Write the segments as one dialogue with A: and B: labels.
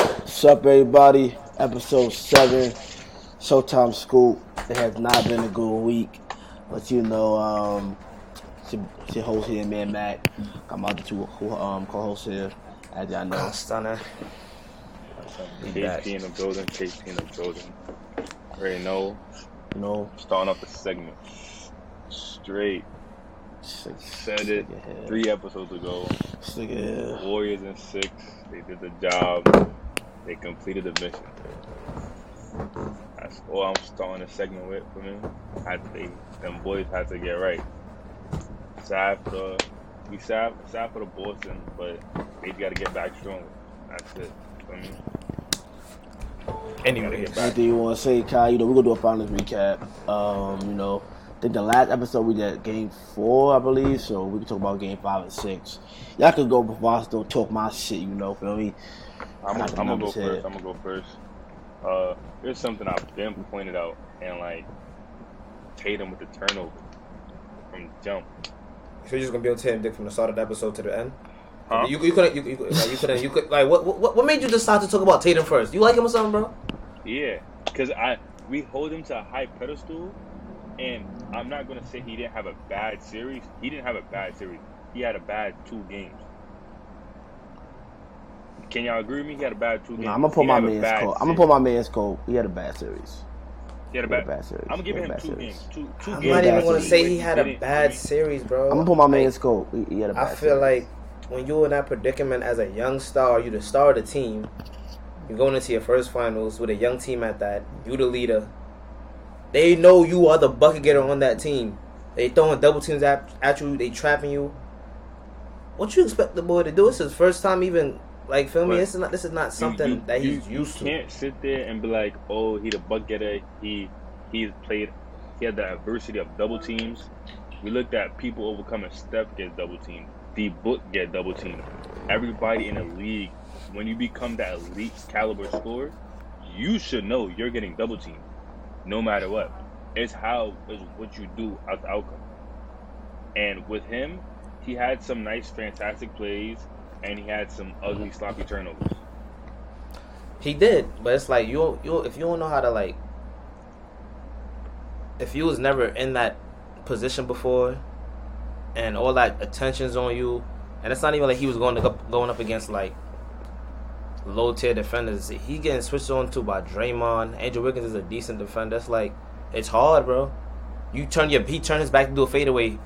A: up, everybody? Episode 7, Showtime Scoop. It has not been a good week, but you know, um, it's your, it's your host here, man, Mac. Got my other two um, co hosts here, as y'all know.
B: Stunner.
A: Be back.
C: KP in the building, KP in the building. Already know,
A: You know,
C: starting off the segment. Straight.
A: six,
C: Said it three episodes ago.
A: Stick it here.
C: Warriors in six. They did the job. They completed the mission. That's all I'm starting the segment with for me. I think them boys had to get right. Sad for the we sad sad for the Boston, but they gotta get back strong. That's it. For me. Gotta
B: Anyway,
C: get back.
A: Anything you want to say, Kai? You know, we're going to do a finals recap. Um, you know, I think the last episode we did game four, I believe, so we can talk about game five and six. Y'all could go before I still talk my shit, you know, feel me?
C: I'm,
A: Got
C: I'm
A: the
C: gonna go
A: numbers here.
C: first. I'm gonna go first. Uh, there's something I've been pointed out, and like Tatum with the turnover from jump.
B: so you're just gonna be on Tatum Dick from the start of the episode to the end?
C: Huh?
B: You, you couldn't, you, you, like, you couldn't, you could, like, what, what, what made you decide to talk about Tatum first? You like him or something, bro?
C: Yeah, because I we hold him to a high pedestal, and I'm not gonna say he didn't have a bad series. He didn't have a bad series. He had a bad two games. Can y'all agree with me? He had a bad two games.
A: Nah, I'm gonna put
C: He
A: my
C: didn't have a
A: man's
C: bad
A: coat. I'm gonna
C: series.
A: put my man's coat. He had a bad series. he
C: He had a
A: had a
C: bad,
A: bad series.
C: I'm giving
A: He
C: him
A: had a
C: two
A: bad
C: games.
A: series.
C: Two, two
B: I'm
C: games.
B: not even
C: where
B: gonna
C: he
B: say he had a
C: didn't-
B: bad
C: he-
B: series, bro.
A: I'm gonna put my
B: Like,
A: man's coat. He, he had a bad
B: I feel
A: series.
B: like when you're in that predicament as a young star, you're the star of the team. You're going into your first finals with a young team at that. You the leader. They know you are the bucket getter on that team. They throwing double teams at, at you. They trapping you. What you expect the boy to do? It's his first time even. Like, feel me?
C: But
B: This is not. This is not something
C: you-
B: that
C: you-
B: he's used
C: You can't sit there and be like, "Oh, he the buck getter. He he's played. He had the adversity of double teams." We looked at people overcoming. Steph get double teamed. The book get double teamed. Everybody in the league, when you become that elite caliber scorer, you should know you're getting double teamed, no matter what. It's how it's what you do as the outcome. And with him, he had some nice, fantastic plays, and he had some ugly, sloppy turnovers.
B: to. He did, but it's like you. You if you don't know how to like. If you was never in that position before, and all that attention's on you, and it's not even like he was going to go, going up against like low tier defenders. He getting switched on to by Draymond. Andrew Wiggins is a decent defender. It's like it's hard, bro. You turn your he turned his back to do a fadeaway.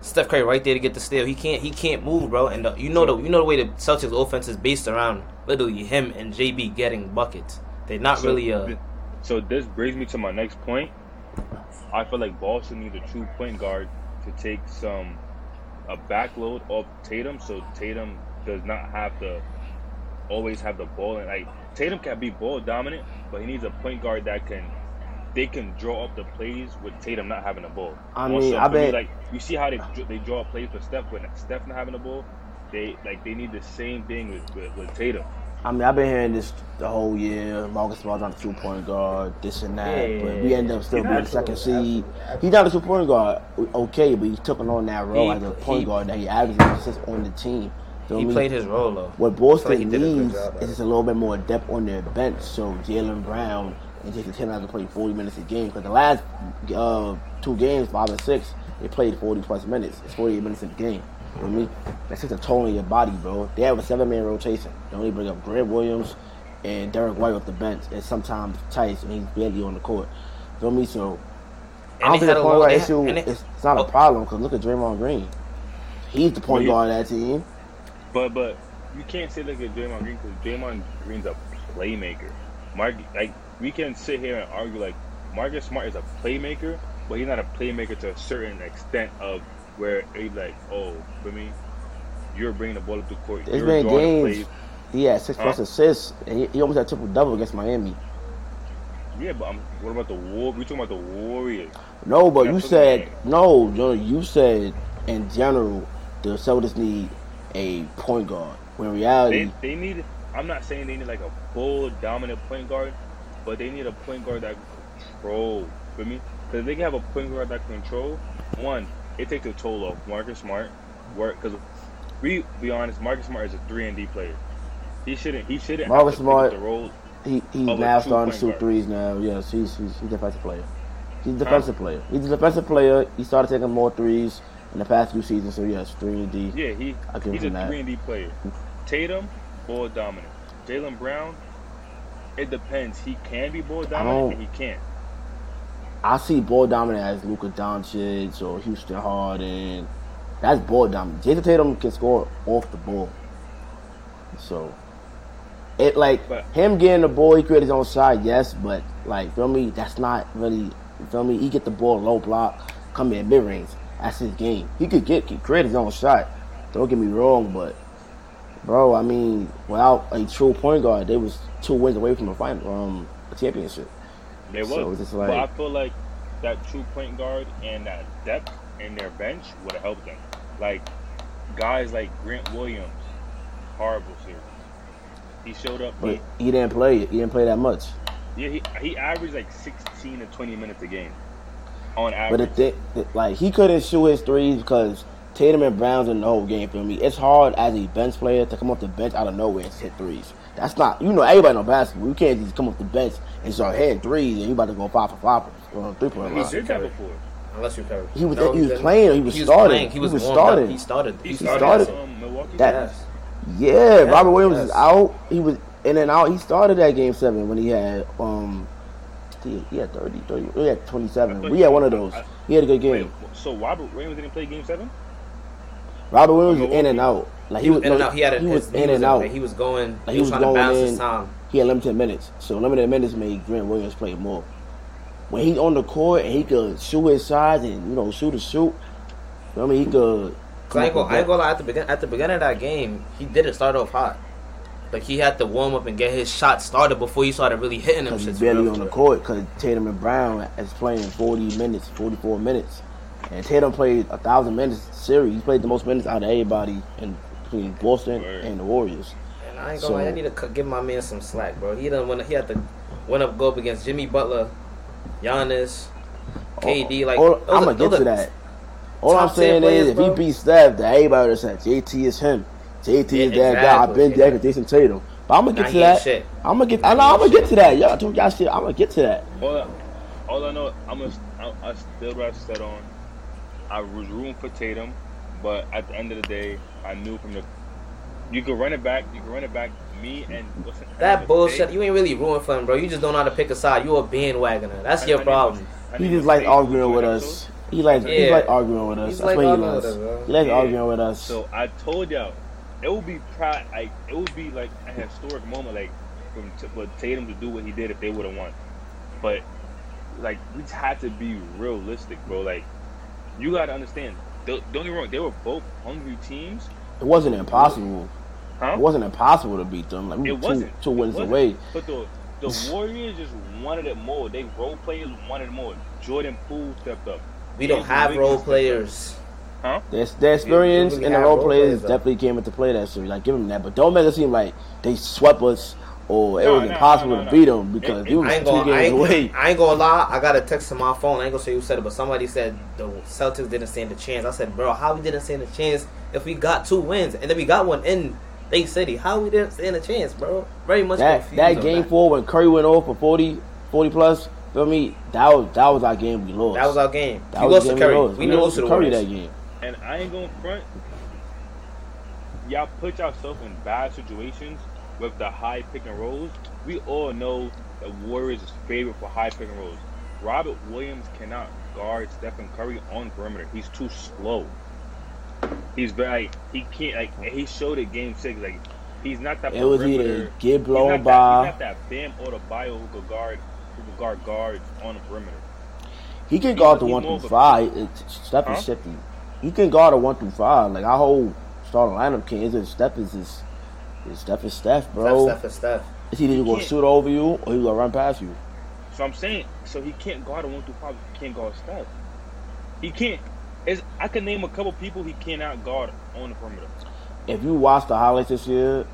B: Steph Curry right there to get the steal. He can't he can't move, bro. And the, you know the you know the way the Celtics offense is based around literally him and JB getting buckets. They're not really uh
C: thi- so this brings me to my next point. I feel like Boston needs a true point guard to take some a backload off Tatum, so Tatum does not have to always have the ball. And like Tatum can be ball dominant, but he needs a point guard that can they can draw up the plays with Tatum not having the ball.
A: I
C: Also,
A: mean, I
C: for me,
A: bet-
C: like you see how they dr- they draw up plays for Steph when Steph not having the ball. They like they need the same thing with, with, with Tatum.
A: I mean, I've been hearing this the whole year. Marcus Smart's not a two point guard, this and that.
B: Yeah,
A: but we end up still
C: yeah,
A: being the
B: absolutely,
A: second seed. He's not a two point guard, okay, but he's taking on that role
B: He-
A: as a point
B: he-
A: guard that he averages assists on the team. Feel
B: he
A: me?
B: played his role though.
A: What
B: I feel
A: Boston
B: like he did a good
A: needs
B: job at
A: is
B: it.
A: just a little bit more depth on their bench. So Jalen Brown and Jason Tatum have to play 40 minutes a game because the last uh, two games, five and six, they played 40 plus minutes. It's 48 minutes in the game. You know what I mean? That's just a toll on your body, bro. They have a seven man rotation. They only bring up Grant Williams and Derek White off the bench, and sometimes Tice, and he's barely on the court. Feel me? So I don't
B: they
A: think
B: had
A: the
B: a
A: point
B: low-
A: guard
B: they had-
A: issue
B: and they-
A: is it's not a
B: oh.
A: problem because look at Draymond Green. He's the point
C: Well,
A: guard of that team.
C: But but you can't say look at Draymond Green because Draymond Green's a playmaker. Mark like we can sit here and argue like Marcus Smart is a playmaker, but he's not a playmaker to a certain extent of where he's like, oh, for me, you're bringing the ball up to court.
A: There's
C: you're
A: been
C: drawing the
A: games he had six plus
C: Huh?
A: assists, and he, he almost had triple double against Miami.
C: plays. Yeah, but I'm, what about the war? We talking about the Warriors?
A: No, but you
C: That's what
A: said
C: I'm
A: no, no. You said in general the Celtics need a point guard. When in reality,
C: They they need. I'm not saying they need like a full dominant point guard, but they need a point guard that can control. For me, because they can have a point guard that can control. One, it takes a toll off Marcus Smart. Work because we be honest, Marcus Smart is a three and D player. He shouldn't. He shouldn't.
A: Marcus
C: have to pick
A: Smart.
C: up The role.
A: He he's
C: Oh, with
A: now starting
C: two
A: to
C: point
A: shoot
C: guards.
A: threes now. Yes, he's he's, he's a defensive player. He's a defensive player. He's a defensive player. He started taking more threes in the past few seasons. So yes, three and D.
C: Yeah, he
A: I'll give
C: he's a
A: him that.
C: three and D player. Tatum, ball dominant. Jalen Brown, it depends. He can be ball
A: don't-
C: dominant and he can't.
A: I see ball dominant as Luka Doncic or Houston Harden. That's ball dominant. Jason Tatum can score off the ball. So it like
C: But-
A: him getting the ball, he created his own shot, yes, but like feel me, that's not really you feel me, he get the ball low block, come in mid range. That's his game. He could get could create his own shot. Don't get me wrong, but bro, I mean, without a true point guard, they was two wins away from a final um a championship.
C: They was.
A: So it's just like-
C: but I feel like that true point guard and that depth in their bench would have helped them. Like guys like Grant Williams, horrible series. He showed up.
A: But
C: He,
A: he didn't play he didn't play that much.
C: yeah, he, he averaged like 16 to 20 minutes a game on
A: But
C: average.
A: the thing, like he couldn't shoot his threes because Tatum and Brown's in the whole game for me. It's hard as a bench player to come off the bench out of nowhere and hit threes. That's not you know everybody know basketball. You can't just come off the bench and start hitting threes and you about to go five for five from three point
C: he
A: line.
C: did that before.
B: Unless you covered.
A: He was- he was playing or he was starting?
B: He was,
A: He was
B: warmed up.
A: starting.
B: He started.
C: He
A: He
C: started,
A: started.
C: um, Milwaukee.
A: That-
B: Yes.
A: Yeah, Robert Williams is
B: yes.
A: out. He was in and out. He started that game seven when he had um. He he had 30, 30, we had 27. We had one of those. He had a good
C: Wait,
A: game.
C: so Robert Williams didn't play Game Seven?
A: Robert Williams was in and out. Like
B: He was in and out. He had a,
A: he was
B: his-
A: in and out.
B: He was going.
A: Like,
B: he was, trying to
A: going
B: balance
A: in.
B: his time.
A: He had limited minutes, so limited minutes made Grant Williams play more. When he's on the court and he could shoot his size and you know shoot a shoot, I mean he could.
B: Cause I ain't gonna, I ain't gonna lie, at the begin at the beginning of that game, he didn't start off hot. Like he had to warm up and get his shot started before he started really hitting them
A: because he's
B: shits.
A: barely
B: bro.
A: on the court because Tatum and Brown is playing 40 minutes, 44 minutes, and Tatum played a thousand minutes series. He played the most minutes out of everybody in between Boston
C: Word.
A: and the Warriors.
B: And I ain't gonna
A: So-
B: lie, I need to cut- give my man some slack, bro. He done went, he had to went up go up against Jimmy Butler, Giannis, KD. Like
A: all,
B: those
A: I'm
B: are-
A: gonna Oh, get
B: those
A: to
B: are-
A: that. All I'm
B: top tier
A: saying
B: players,
A: is,
B: bro.
A: if he beats Steph, that everybody would have said JT is him. JT is
B: Yeah,
A: that guy. I've
B: exactly,
A: been there
B: exactly.
A: with Jason Tatum. But I'm gonna
B: Nah,
A: get to
B: he ain't
A: that.
B: shit.
A: I'm gonna get. I know. I'm gonna get to that. Y'all do y'all shit. I'm gonna get to that.
C: All I, all I know, I'm a, I, I still what I said on. I was rooting for Tatum, but at the end of the day, I knew from the. You could run it back. You could run it back. Me and what's the-
B: That bullshit.
C: Jay-
B: You ain't really ruined for him, bro. You just don't know how to pick a side. You a bandwagoner. That's
C: I- I
B: your
C: knew-
B: problem.
C: I
A: He
C: knew
A: just like
C: Jay
A: arguing with
C: was
A: us. He likes. He
B: Yeah.
A: like arguing with us.
B: He's
A: That's
B: like
A: what he
B: arguing with
A: loves.
B: us, bro.
A: He likes
C: Yeah.
A: arguing with us.
C: So I told y'all, it would be pride. Like it would be like a historic moment, like from T- for Tatum to do what he did if they would have won. But like we just had to be realistic, bro. Like you got to understand. Don't don't get me wrong. They were both hungry teams,
A: it wasn't impossible.
C: huh?
A: It wasn't impossible to beat them. Like we
C: It
A: were two,
C: wasn't.
A: two
C: It
A: wins
C: wasn't.
A: away.
C: But the the Warriors just wanted it more. They role players wanted it more. Jordan Poole stepped up.
B: We don't have role players.
A: Their, their experience
B: we
A: and the
B: have
A: role
B: role
A: players
B: players, though.
A: definitely came into play that series. Like give them that, but don't make it seem like they swept us or it
C: No,
A: was
C: no,
A: impossible
C: no, no,
A: to beat
C: no.
A: them because
C: It-
A: we
C: it-
A: was
B: I ain't
A: two
B: gonna, I
A: games
B: ain't,
A: away.
B: I ain't gonna lie. I got a text on my phone. I ain't gonna say who said it, but somebody said the Celtics didn't stand a chance. I said, bro, how we didn't stand a chance if we got two wins and then we got one in they city? How we didn't stand a chance, bro? Very much
A: That
B: confused.
A: that
B: on
A: game four when Curry went off for 40, 40 plus. Feel me? That was that was our game. We lost.
B: That was our game.
A: That
B: we
A: was
B: lost
A: the
B: to
A: game
B: Curry.
A: lost.
B: We, didn't lose
A: lost
B: to the
A: Curry
B: Warriors.
A: that game.
C: And I ain't going to front. Y'all put yourself in bad situations with the high pick and rolls. We all know the Warriors is favorite for high pick and rolls. Robert Williams cannot guard Stephen Curry on perimeter. He's too slow. He's very he can't like and he showed it game six like he's not that.
A: It was either
C: perimeter-
A: get
C: he's not
A: blown
C: that- he's
A: by-
C: not that Bam Adebayo who could guard who could guard guards on the perimeter.
A: He can guard the
C: he
A: one
C: more of
A: through
C: a-
A: five. It's Steph
C: Huh?
A: is shifty. He can guard a one through five. Like our whole starting lineup can. Is it Steph is is is Steph is Steph, bro?
B: Steph, Steph, and Steph.
A: Is he either gonna
C: Yeah.
A: shoot over you or he gonna run past you?
C: So I'm saying, so he can't guard a one through five. He can't guard Steph. He can't. It's, I can name a couple people he cannot guard on the perimeter.
A: If you watch the highlights this year,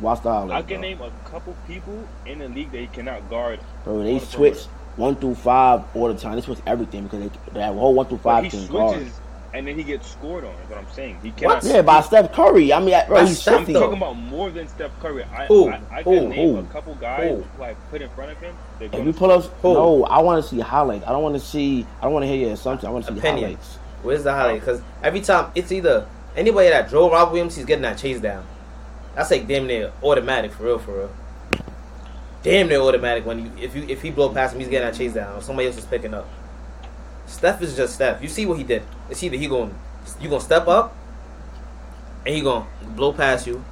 A: watch the highlights.
C: I can
A: bro.
C: name a couple people in the league that he cannot guard.
A: Bro,
C: on
A: they
C: the
A: switch
C: perimeter.
A: one through five all the time. They switch everything because they that whole one through
C: But
A: five
C: he
A: can
C: switches.
A: guard.
C: and then he gets scored on. Is what I'm saying. He cannot.
A: Yeah, by Steph Curry. I mean, I- bro,
B: By
A: he's
B: Steph,
C: I'm
A: 50.
B: though.
C: talking about more than Steph Curry. I,
B: Who?
C: I, I
B: Who?
C: can name
A: Who?
C: a couple guys
B: Who?
C: who I put in front of him. They're
A: If
C: gonna
A: you pull up,
B: Who?
A: no, I want to see highlights. I don't want to see. I don't want to hear your assumption. I want to see
B: Opinion.
A: highlights.
B: Where's the highlight? Because every time it's either anybody that drove Rob Williams, he's getting that chase down. That's like damn near automatic for real, for real. Damn near automatic when you if you if he blow past him, he's getting that chase down. Or somebody else is picking up. Steph is just Steph. You see what he did? It's either he going you gonna step up, and he gonna blow past you,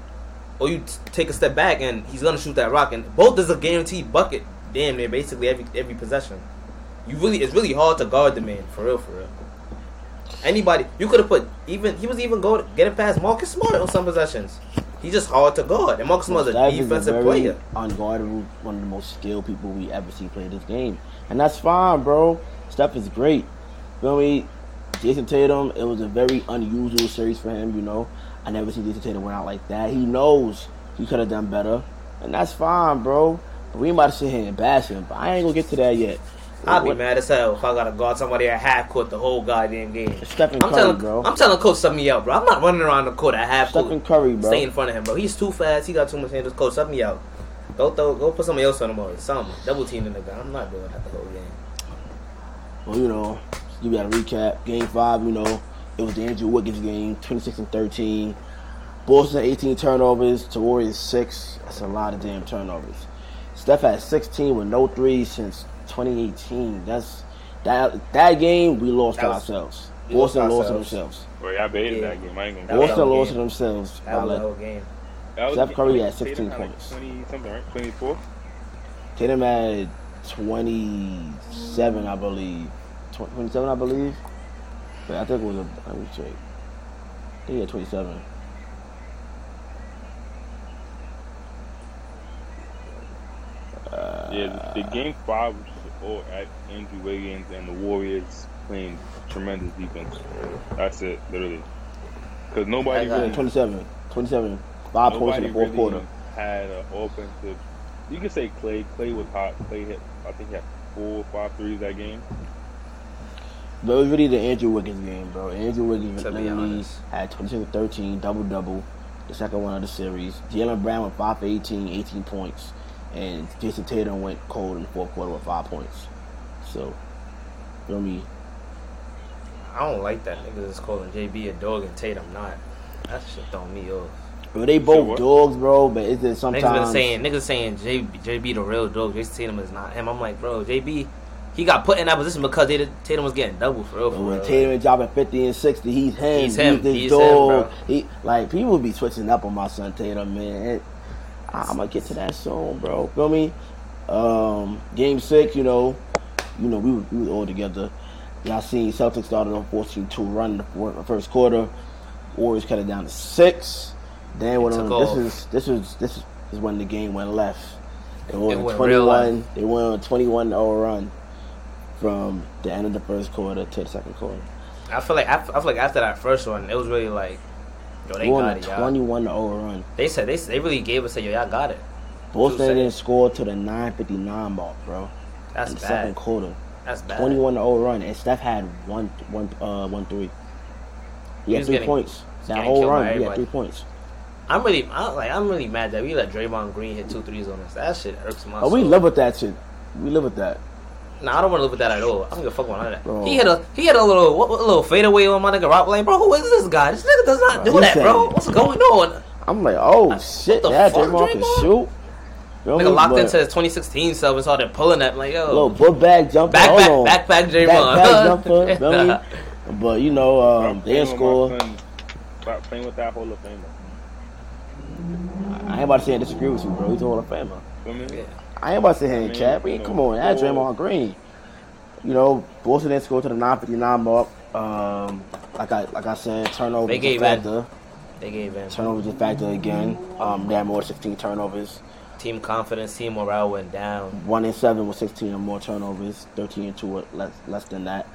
B: or you t- take a step back and he's gonna shoot that rock. And both is a guaranteed bucket. Damn near basically every every possession. You really it's really hard to guard the man for real, for real anybody. You could have put even he was even going getting past Marcus Smart on some possessions. He's just hard to guard, and Marcus Smart's a
A: Steph is
B: defensive
A: very
B: player.
A: unguardable, one of the most skilled people we ever see play this game, and that's fine, bro. Steph is great. Feel me? Jason Tatum. It was a very unusual series for him. You know, I never seen Jason Tatum went out like that. He knows he could have done better, and that's fine, bro. But we about to sit here and bash him, but I ain't gonna get to that yet.
B: I'd be
A: What-
B: mad as hell if I gotta guard somebody at half court the whole goddamn game.
A: Stephen
B: I'm
A: Curry,
B: telling,
A: bro.
B: I'm telling coach sub me out, bro. I'm not running around the court at half
A: Stephen
B: court.
A: Curry, bro.
B: Stay in front of him, bro. He's too fast. He got too much handles. Coach sub me out. Go throw, go put somebody else on him or something. Double teaming the guy. I'm not doing that the whole game.
A: Well, you know, give you a recap. Game five, you know, it was the Andrew Wiggins game, 26 and 13. Boston 18 turnovers to Warriors 6. That's a lot of damn turnovers. Steph had 16 with no threes since 2018. That's that that game we lost
B: That
A: to
B: was-
A: ourselves.
B: we lost
A: Boston lost to
B: ourselves.
A: themselves.
C: Boy, I hated
B: Yeah.
C: that game. I ain't
B: That
C: gonna.
B: was
C: lie.
B: a
A: Boston lost to
B: game.
A: themselves.
B: That was
A: Violet.
B: the whole game.
C: That was-
A: Steph Curry had
C: Tatum
A: 16
C: like
A: points.
C: Twenty something, right? Twenty four.
A: Tatum had 27, I believe. Tw- 27, I believe. But I think it was a. Let me check. I think he had 27.
C: Yeah, the, the game five was just all at Andrew Wiggins and the Warriors playing tremendous defense. That's it, literally. Because nobody
B: I got
A: Yeah,
C: really,
A: 27. 27. Five uh, points in
C: nobody
A: the fourth
C: really
A: quarter.
C: had an offensive. You could say Clay. Clay was hot. Clay hit. I think he had four, or five threes that game.
A: But it was really the Andrew Wiggins game, bro. Andrew Wiggins
B: To be
A: literally
B: honest.
A: had 26 13, double double, the second one of the series. Jalen Brown went 5 for 18, 18 points. And Jason Tatum went cold in the fourth quarter with five points. So, feel me?
B: I don't like that niggas is calling JB a dog and Tatum not. That shit throw me off.
A: Bro, they
C: Say
A: both
C: what?
A: dogs, bro, but it's just
B: Niggas been
A: sometimes.
B: saying niggas saying JB, JB the real dog. Jason Tatum is not him. I'm like, bro, JB, he got put in that position because they, Tatum was getting double for real. For
A: But when
B: real.
A: Tatum is dropping 50 and 60, he's him.
B: He's him.
A: this
B: He's him,
A: dog.
B: bro.
A: He, like, people be switching up on my son Tatum, man. It- I- I'm going to get to that soon, bro. Feel me? Um, game six, you know, you know, we were, we were all together. Y'all seen Celtics started on 14-2 run in the four- first quarter. Warriors cut it down to six. Then went
B: Took
A: on. This
B: off.
A: is this is this is when the game went left. They went on
B: went real
A: 21. They went on a 21-0 run from the end of the first quarter to the second quarter.
B: I feel like I, f- I feel like after that first one, it was really like, yo, they
A: They won
B: got
A: a
B: it, y'all.
A: 21 0 run.
B: They said they they really gave us a yo, y'all got it.
A: Boston
B: saying.
A: didn't score to the 959 mark, bro.
B: That's
A: in the second
B: bad.
A: quarter.
B: That's bad.
A: 21 0 run. And Steph had one, one, uh, one three. He,
B: He
A: had
B: was
A: three
B: getting-
A: points. That
B: getting
A: whole
B: killed by
A: run, he had
B: everybody.
A: three points.
B: I'm really I, like I'm really mad that we let Draymond Green hit two threes on us. That shit irks my.
A: Oh, we
B: soul.
A: live with that shit. We live with that.
B: Nah, I don't want to live with that at all. I don't give a fuck about none of
A: Bro.
B: that. He had a he had a little what, what- little fadeaway on my nigga Rob Lane, bro. Who is this guy? This nigga does not
A: Bro,
B: do
A: he
B: that, bro.
A: said-
B: What's going on?
A: I'm like, oh
B: What
A: shit,
B: the
A: that
B: fuck,
A: Draymond can
B: Draymond?
A: shoot. Feel me?
B: Nigga locked
A: But
B: into his 2016 self and started pulling that like yo.
A: Little book bag jumper.
B: Backpack,
A: hold on.
B: backpack Draymond.
A: Backpack jumper. feel me? But you know, um,
C: Stop
A: they didn't
C: playing
A: score.
C: with my son. Stop playing with that Hall of Famer.
A: I ain't about to say I disagree with you, bro. He's a Hall of Famer.
C: You know what I
B: Yeah.
C: mean?
A: I ain't about to sit here
C: I
A: and
C: mean,
A: cap.
C: you
A: We
C: know,
A: come on, that's
C: four.
A: Draymond Green. You know, Boston didn't score to the 959 mark. Um, like I like I said, turnover
B: They
A: is a
B: gave in.
A: factor.
B: They gave in.
A: Turnover is a factor again. Um, they had more 16 turnovers.
B: Team confidence, team morale went down.
A: One in seven with 16 or more turnovers. 13 and two were less less than that.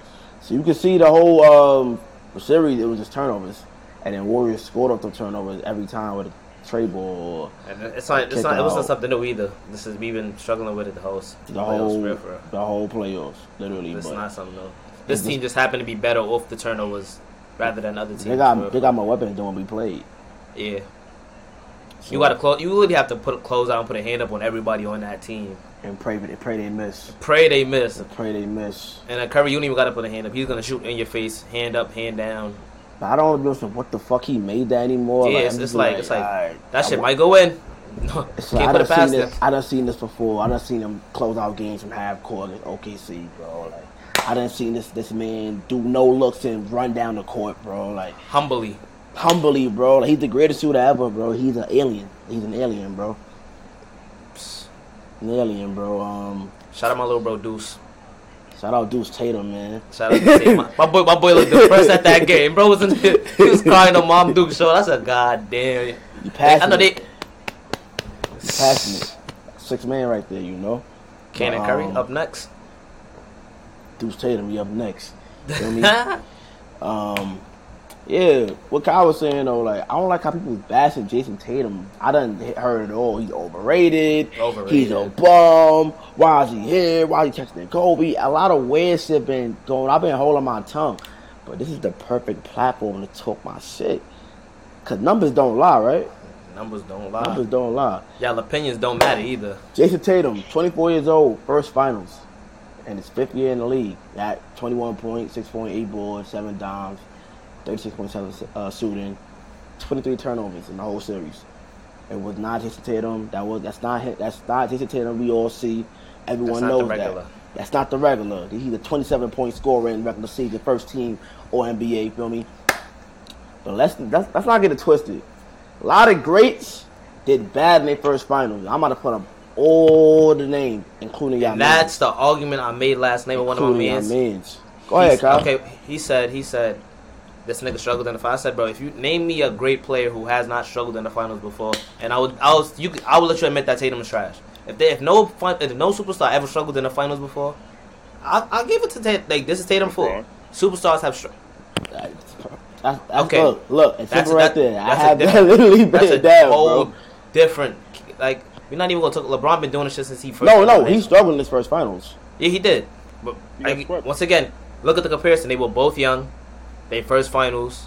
A: So you can see the whole um, series. It was just turnovers, and then Warriors scored off the turnovers every time with a tray ball.
B: And it's not, it's
A: Kick
B: not, it wasn't
A: out.
B: something new either. This is we've been struggling with it the whole,
A: The
B: the
A: whole
B: whole real, for real.
A: the whole playoffs, literally.
B: It's
A: but
B: not something new. This
A: It's
B: team just happened to be better off the turnovers rather than other teams.
A: They got
B: bro.
A: they got my weapons doing we played.
B: yeah. You gotta close. You really have to put close out and put a hand up on everybody on that team.
A: and pray they pray they miss.
B: Pray they miss.
A: Pray they miss.
B: And uh, Curry, you don't even gotta put a hand up. He's gonna shoot in your face, hand up, hand down.
A: But I don't know what the fuck he made that anymore.
B: Yeah,
A: I'm
B: it's-
A: just
B: it's like- it's like,
A: alright,
B: That
A: I
B: shit
A: wa-
B: might go in. No,
A: It's like,
B: can't put
A: I done
B: it past
A: seen
B: him.
A: this. I done seen this before. I done seen him close out games from half court against OKC, bro. Like I done seen this this man do no looks and run down the court, bro. Like
B: Humbly,
A: humbly, bro. Like, he's the greatest shooter ever, bro. He's an alien. He's an alien, bro.
B: Psst.
A: An alien, bro. Um,
B: shout out my little bro Deuce.
A: shout out Deuce Tatum, man.
B: Shout out to Tate. my, my boy. My boy looked depressed at that game, bro. Wasn't he was crying on Mom Duke show? That's a goddamn.
A: You
B: I
A: passionate.
B: know they.
A: You passionate. Six man right there, you know.
B: Cannon Curry
A: Um,
B: up next.
A: Deuce Tatum, you up next. You know what I mean? Um, yeah, what Kyle was saying though, like I don't like how people bashing Jason Tatum. I done he- heard it all. He's overrated.
B: Overrated.
A: He's a bum. Why is he here? Why is he texting Kobe? A lot of weird shit been going. I've been holding my tongue, but this is the perfect platform to talk my shit. Cause numbers don't lie, right?
B: Numbers don't lie.
A: Numbers don't lie.
B: Y'all opinions don't matter either.
A: Jason Tatum, 24 years old, first finals, and his fifth year in the league. At 21 points, 6.8 boards, 7 dimes, 36.7 uh, shooting, 23 turnovers in the whole series. It was not Jason Tatum. That was that's not hi- that's not Jason Tatum. We all see,
B: That's
A: everyone
B: not the
A: knows
B: regular.
A: that. That's not the regular. He's a 27 point scorer in regular season, first team or NBA. Feel me? But let's, let's let's not get it twisted. A lot of greats did bad in their first finals. I'm about to put up all the names, including y'all.
B: And that's the argument I made last night with one of my
A: including y'all
B: mans.
A: mans. Go ahead,
B: He's-
A: Kyle.
B: Okay, he said he said this nigga struggled in the finals. I said, bro, if you name me a great player who has not struggled in the finals before, and I would, I was, you, could- I would let you admit that Tatum is trash. If they, if no, fin- if no superstar ever struggled in the finals before, I, I'll give it to Tatum. Like this is Tatum for
C: LeBron.
B: superstars have. Str-
A: That's, that's, that's,
B: Okay.
A: Look, look, it's
B: That's
A: that's
B: a-
A: right
B: that-
A: there. I
B: that's a
A: have that
B: different-
A: literally
B: that's a
A: written down,
B: whole
A: bro.
B: different. Like we're not even gonna talk. LeBron been doing this shit since he first.
A: No,
B: came
A: no,
B: in the
A: he
B: league.
A: struggled in his first finals.
B: Yeah, he did. But
C: He got
B: like,
C: swept.
B: once again, look at the comparison. They were both young. They first finals.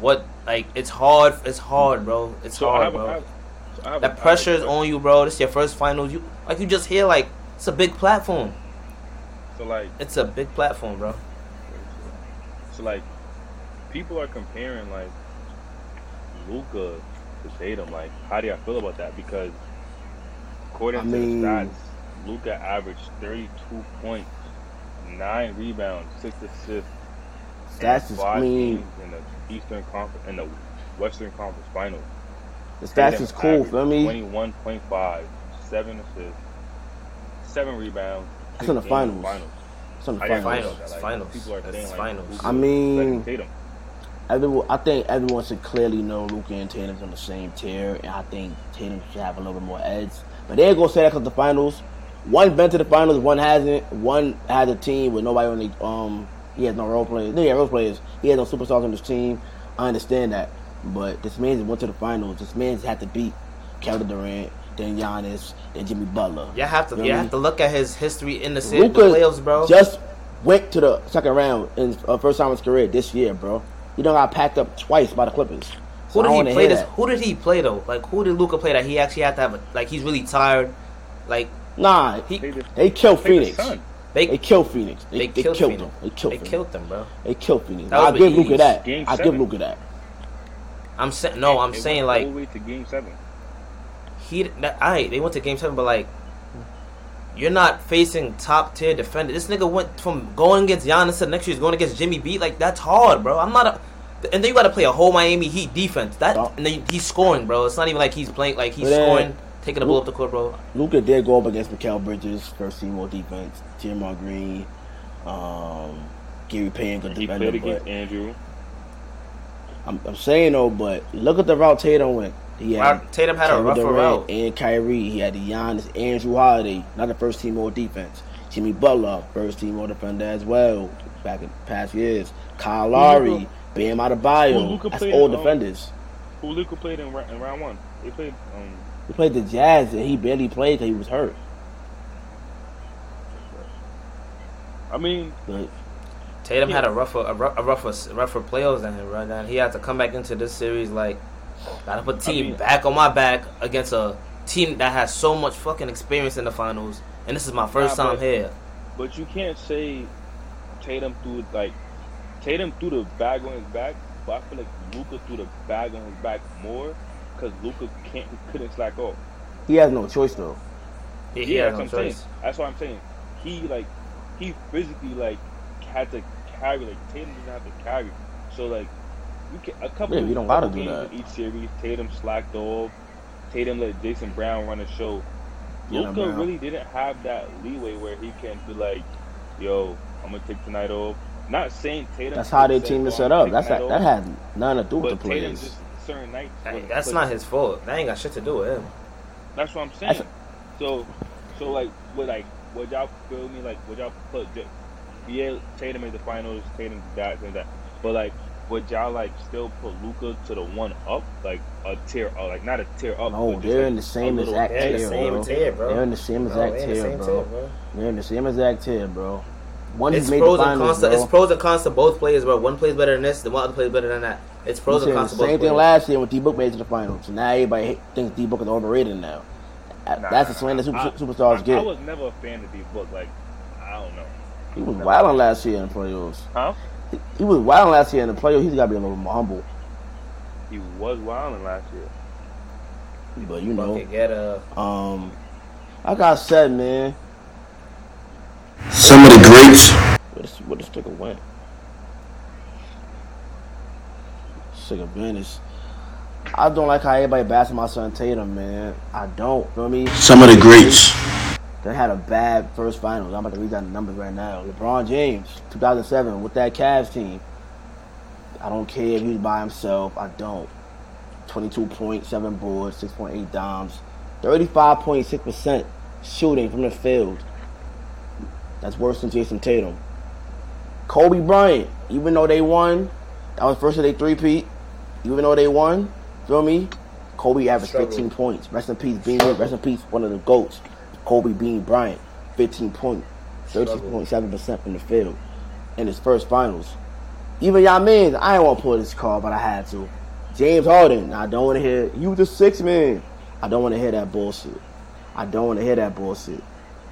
B: What like it's hard. It's hard, bro. It's
C: So I
B: hard,
C: have, a- I
B: bro.
C: have, so I have a- I
B: That
C: have a
B: pressure is
C: question.
B: on you, bro. This is your first finals. You like you just hear like it's a big platform.
C: So like,
B: It's a big platform, bro.
C: so like, people are comparing like Luca to Tatum. Like, how do y'all feel about that? Because according
A: I
C: to
A: mean-
C: the stats, Luca averaged thirty-two points, nine rebounds, six assists,
A: Stats
C: in
A: is
C: five
A: clean.
C: games in the Eastern Conference in the Western Conference Finals.
A: The stats
C: Tatum
A: is cool.
C: averaged
A: Feel me?
C: 21.5, 7 assists, 7 rebounds.
A: That's
C: six
A: in the
C: games
A: finals. It's on the
C: I
A: finals.
C: didn't
B: Finals.
C: know that, like,
B: Finals.
C: People are
B: That's
C: saying, like,
B: finals.
C: who's
A: I
C: the
A: mean-
C: second Tatum?
A: Everyone, I think everyone should clearly know Luca and Tatum's on the same tier, and I think Tatum should have a little bit more edge. But they ain't gonna say that because the finals, one been to the finals, one hasn't. One has a team with nobody on the um. He has no role players. He has role players. He has no superstars on his team. I understand that, but this man's went to the finals. This man's had to beat Kevin Durant, then Giannis, then Jimmy Butler.
B: You have to.
A: You know
B: You
A: what I
B: have
A: mean?
B: to look at his history in the, se- the
A: Luka
B: playoffs, bro.
A: Just went to the second round in uh, first time in his career this year, bro. He done got packed up twice by the Clippers.
B: Who
A: So I
B: did
A: wanna
B: he play
A: hear
B: this?
A: that.
B: Who did he play though? Like who did Luca play that he actually had to have? A, like he's really tired. Like
A: Nah,
B: he
C: They just-
A: they killed
C: they the
A: Phoenix.
C: Sun.
B: they
A: They killed Phoenix. They,
B: they,
A: they
B: killed,
A: killed
B: Phoenix.
A: them. They killed
B: They
A: Phoenix.
B: killed them, bro.
A: They killed Phoenix.
B: That was
A: I
B: the
A: give Luca
B: 80s.
A: that.
C: Game
A: I give
C: seven.
A: Luca that.
B: I'm saying no. I'm
C: They
B: saying
C: went
B: like
C: all the way to game seven.
B: he. That, all right, they went to game seven, but like you're not facing top tier defenders. This nigga went from going against Giannis to next year's going against Jimmy B. Like that's hard, bro. I'm not a. And then you got to play a whole Miami Heat defense. That
A: Bro.
B: and then he's scoring, bro. It's not even like he's playing. Like he's
A: But then-
B: scoring, taking the ball up the court, bro.
A: Luca did go up against Mikael Bridges, first team all defense. Jimon Green, um, Gary Payne, good
C: He
A: defender.
C: played
A: But
C: against Andrew.
A: I'm, I'm saying though, but look at the route Tatum went. He had
B: Rob- Tatum had a
A: Kevin
B: rougher
A: Durant
B: route.
A: And Kyrie, he had the Giannis, Andrew Holiday, not the first team all defense. Jimmy Butler, first team all defender as well. Back in past years, Kyle Lowry,
C: Luka-
A: Bam
C: Who
A: Adebayo,
C: Luka
A: that's
C: played
A: all
C: at, um,
A: defenders.
C: Who Luca played in, ra- in round one? They played. Um,
A: He played the Jazz and he barely played because he was hurt.
C: I mean,
A: But
B: Tatum had a rougher, a rough, a rougher, rougher playoffs than him, right? And he had to come back into this series like, gotta put the team
C: mean-
B: back on my back against a team that has so much fucking experience in the finals, and this is my first
C: Nah,
B: time
C: but-
B: here.
C: But you can't say Tatum threw like Tatum threw the bag on his back, but I feel like Luca threw the bag on his back more because Luca can't he couldn't slack off.
A: He has no choice though.
B: Yeah, he
C: Yeah,
B: had no
C: that's what I'm saying.
B: choice.
C: That's what I'm saying. He like he physically like had to carry like Tatum doesn't have to carry. So like you can a couple
A: Yeah, you don't
C: couple
A: gotta do
C: games
A: that.
C: in each series, Tatum slacked off. Tatum let Jason Brown run the show.
A: Yeah,
C: Luca
A: Brown.
C: really didn't have that leeway where he can be like, yo, I'm gonna take tonight off. Not saying Tatum
A: That's how their
C: said,
A: team is
C: "Oh,
A: set
C: I'ma
A: up.
C: take
A: That's
C: tonight
A: that,
C: off,"
A: that had none to do with the
C: but Tatum
A: players.
C: just certain nights.
B: Like,
C: wasn't
B: that's
C: clicking.
B: not his fault. That ain't got shit to do with him.
C: That's what I'm saying. so, so like, what like, would y'all feel me? Like, would y'all put? J- Yeah, Tatum made the finals. Tatum did that and that. But like, would y'all like still put Luca to the one up, like a tier, uh, like not a tier up?
A: No,
C: but just,
A: they're
C: like,
A: in the
C: a
A: same
C: little-
A: exact
B: They're in the
A: tier,
B: same
A: bro.
B: tier, bro.
A: They're in the same
B: Bro,
A: exact
B: they in the
A: tier,
B: same
A: bro.
B: tier, bro.
A: They're in the same exact tier, bro. One
B: It's
A: just made
B: pros
A: the
B: and
A: finals,
B: cons. To,
A: bro.
B: it's pros and cons to both players, bro. One plays better than this, the one other plays better than that. It's pros
A: You
B: and
A: said
B: cons
A: the
B: to both
A: same
B: players.
A: thing last year when D Book made it to the finals. So now everybody hate- thinks D Book is overrated now. That-
C: Nah,
A: That's the
C: nah,
A: slang that super,
C: nah. I-
A: superstars
C: I,
A: get.
C: I was never a fan of these books. Like, I don't know.
A: he was wilding last year in the playoffs.
C: Huh?
A: He, he was wilding last year in the playoffs. He's got to be a little more humble.
C: He was wilding last year.
A: But you know,
B: Fucking get a.
A: um, like I said, man,
D: Some of the greats.
A: where this, where this nigga went? This nigga vanished. I don't like how everybody bashing my son Tatum, man. I don't. Feel me?
D: Some of the greats.
A: They had a bad first finals. I'm about to read down the numbers right now. LeBron James, 2007, with that Cavs team. I don't care if he was by himself. I don't. 22.7 boards, 6.8 dimes, 35.6% shooting from the field. That's worse than Jason Tatum. Kobe Bryant, even though they won, that was first of their three-peat. Even though they won, feel me? Kobe averaged
B: Struggle.
A: 15 points. Rest in peace, Bean. Rest in peace, one of the GOATs. Kobe Bean Bryant, 15 points, 13.7% from the field in his first finals. Even y'all man, I didn't want to pull this card, but I had to. James Harden, I don't want to hear you the six man. I don't want to hear that bullshit. I don't want to hear that bullshit.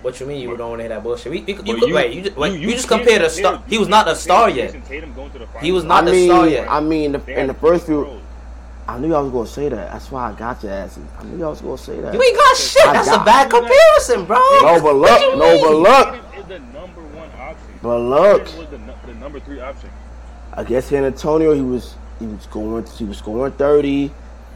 B: What you mean you don't want to hear that bullshit? We, you, you,
C: But
B: could- wait, you just, wait, you, just
C: can't
B: compared a
C: compare-
B: star.
C: you
B: He was
C: can't
B: not a star
C: compare
B: yet.
C: Jason Tatum going to the
B: He was
C: finals.
B: not
A: I
B: a star
A: mean,
B: yet.
A: I mean,
C: They
A: the, in the
C: had
A: first
C: two
A: few,
C: roles.
A: I knew I was gonna say that. That's why I got your ass. I knew I was gonna say that.
B: You ain't got shit.
A: I
B: That's a
A: got-
B: bad comparison, bro.
A: No, but
B: What you
A: look, no,
B: mean?
A: but look,
C: Tatum is the number one option.
A: but look.
C: Tatum was the, nu- the number three option.
A: Against San Antonio, he was he was going he was scoring 30,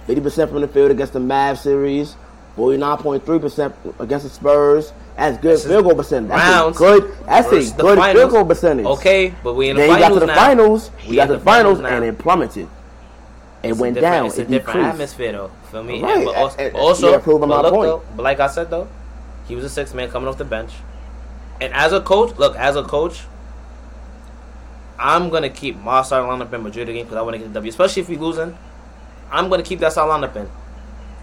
A: 50 percent from the field against the Mavs series, forty nine point three percent against the Spurs. That's good
B: his
A: field goal percentage. That's
B: rounds
A: a good. That's
B: versus
A: a
B: the
A: good
B: finals.
A: field goal percentage.
B: Okay, but we in the
A: Then he got to
B: finals
A: the
B: now.
A: finals.
B: He
A: We got
B: in
A: to
B: the
A: the finals,
B: finals
A: and
B: now.
A: it plummeted. It
B: It's a
A: went
B: different-
A: down.
B: It's a
A: It
B: different
A: decreased.
B: atmosphere, though. Feel me?
A: Right,
B: And- But also,
A: and-
B: but also-
A: yeah, proving
B: but
A: my
B: look,
A: point.
B: Though, but like I said, though, he was a six man coming off the bench, and as a coach, look, as a coach, I'm gonna keep my starting lineup in Madrid again because I want to get the W. Especially if we losing, I'm gonna keep that starting lineup in.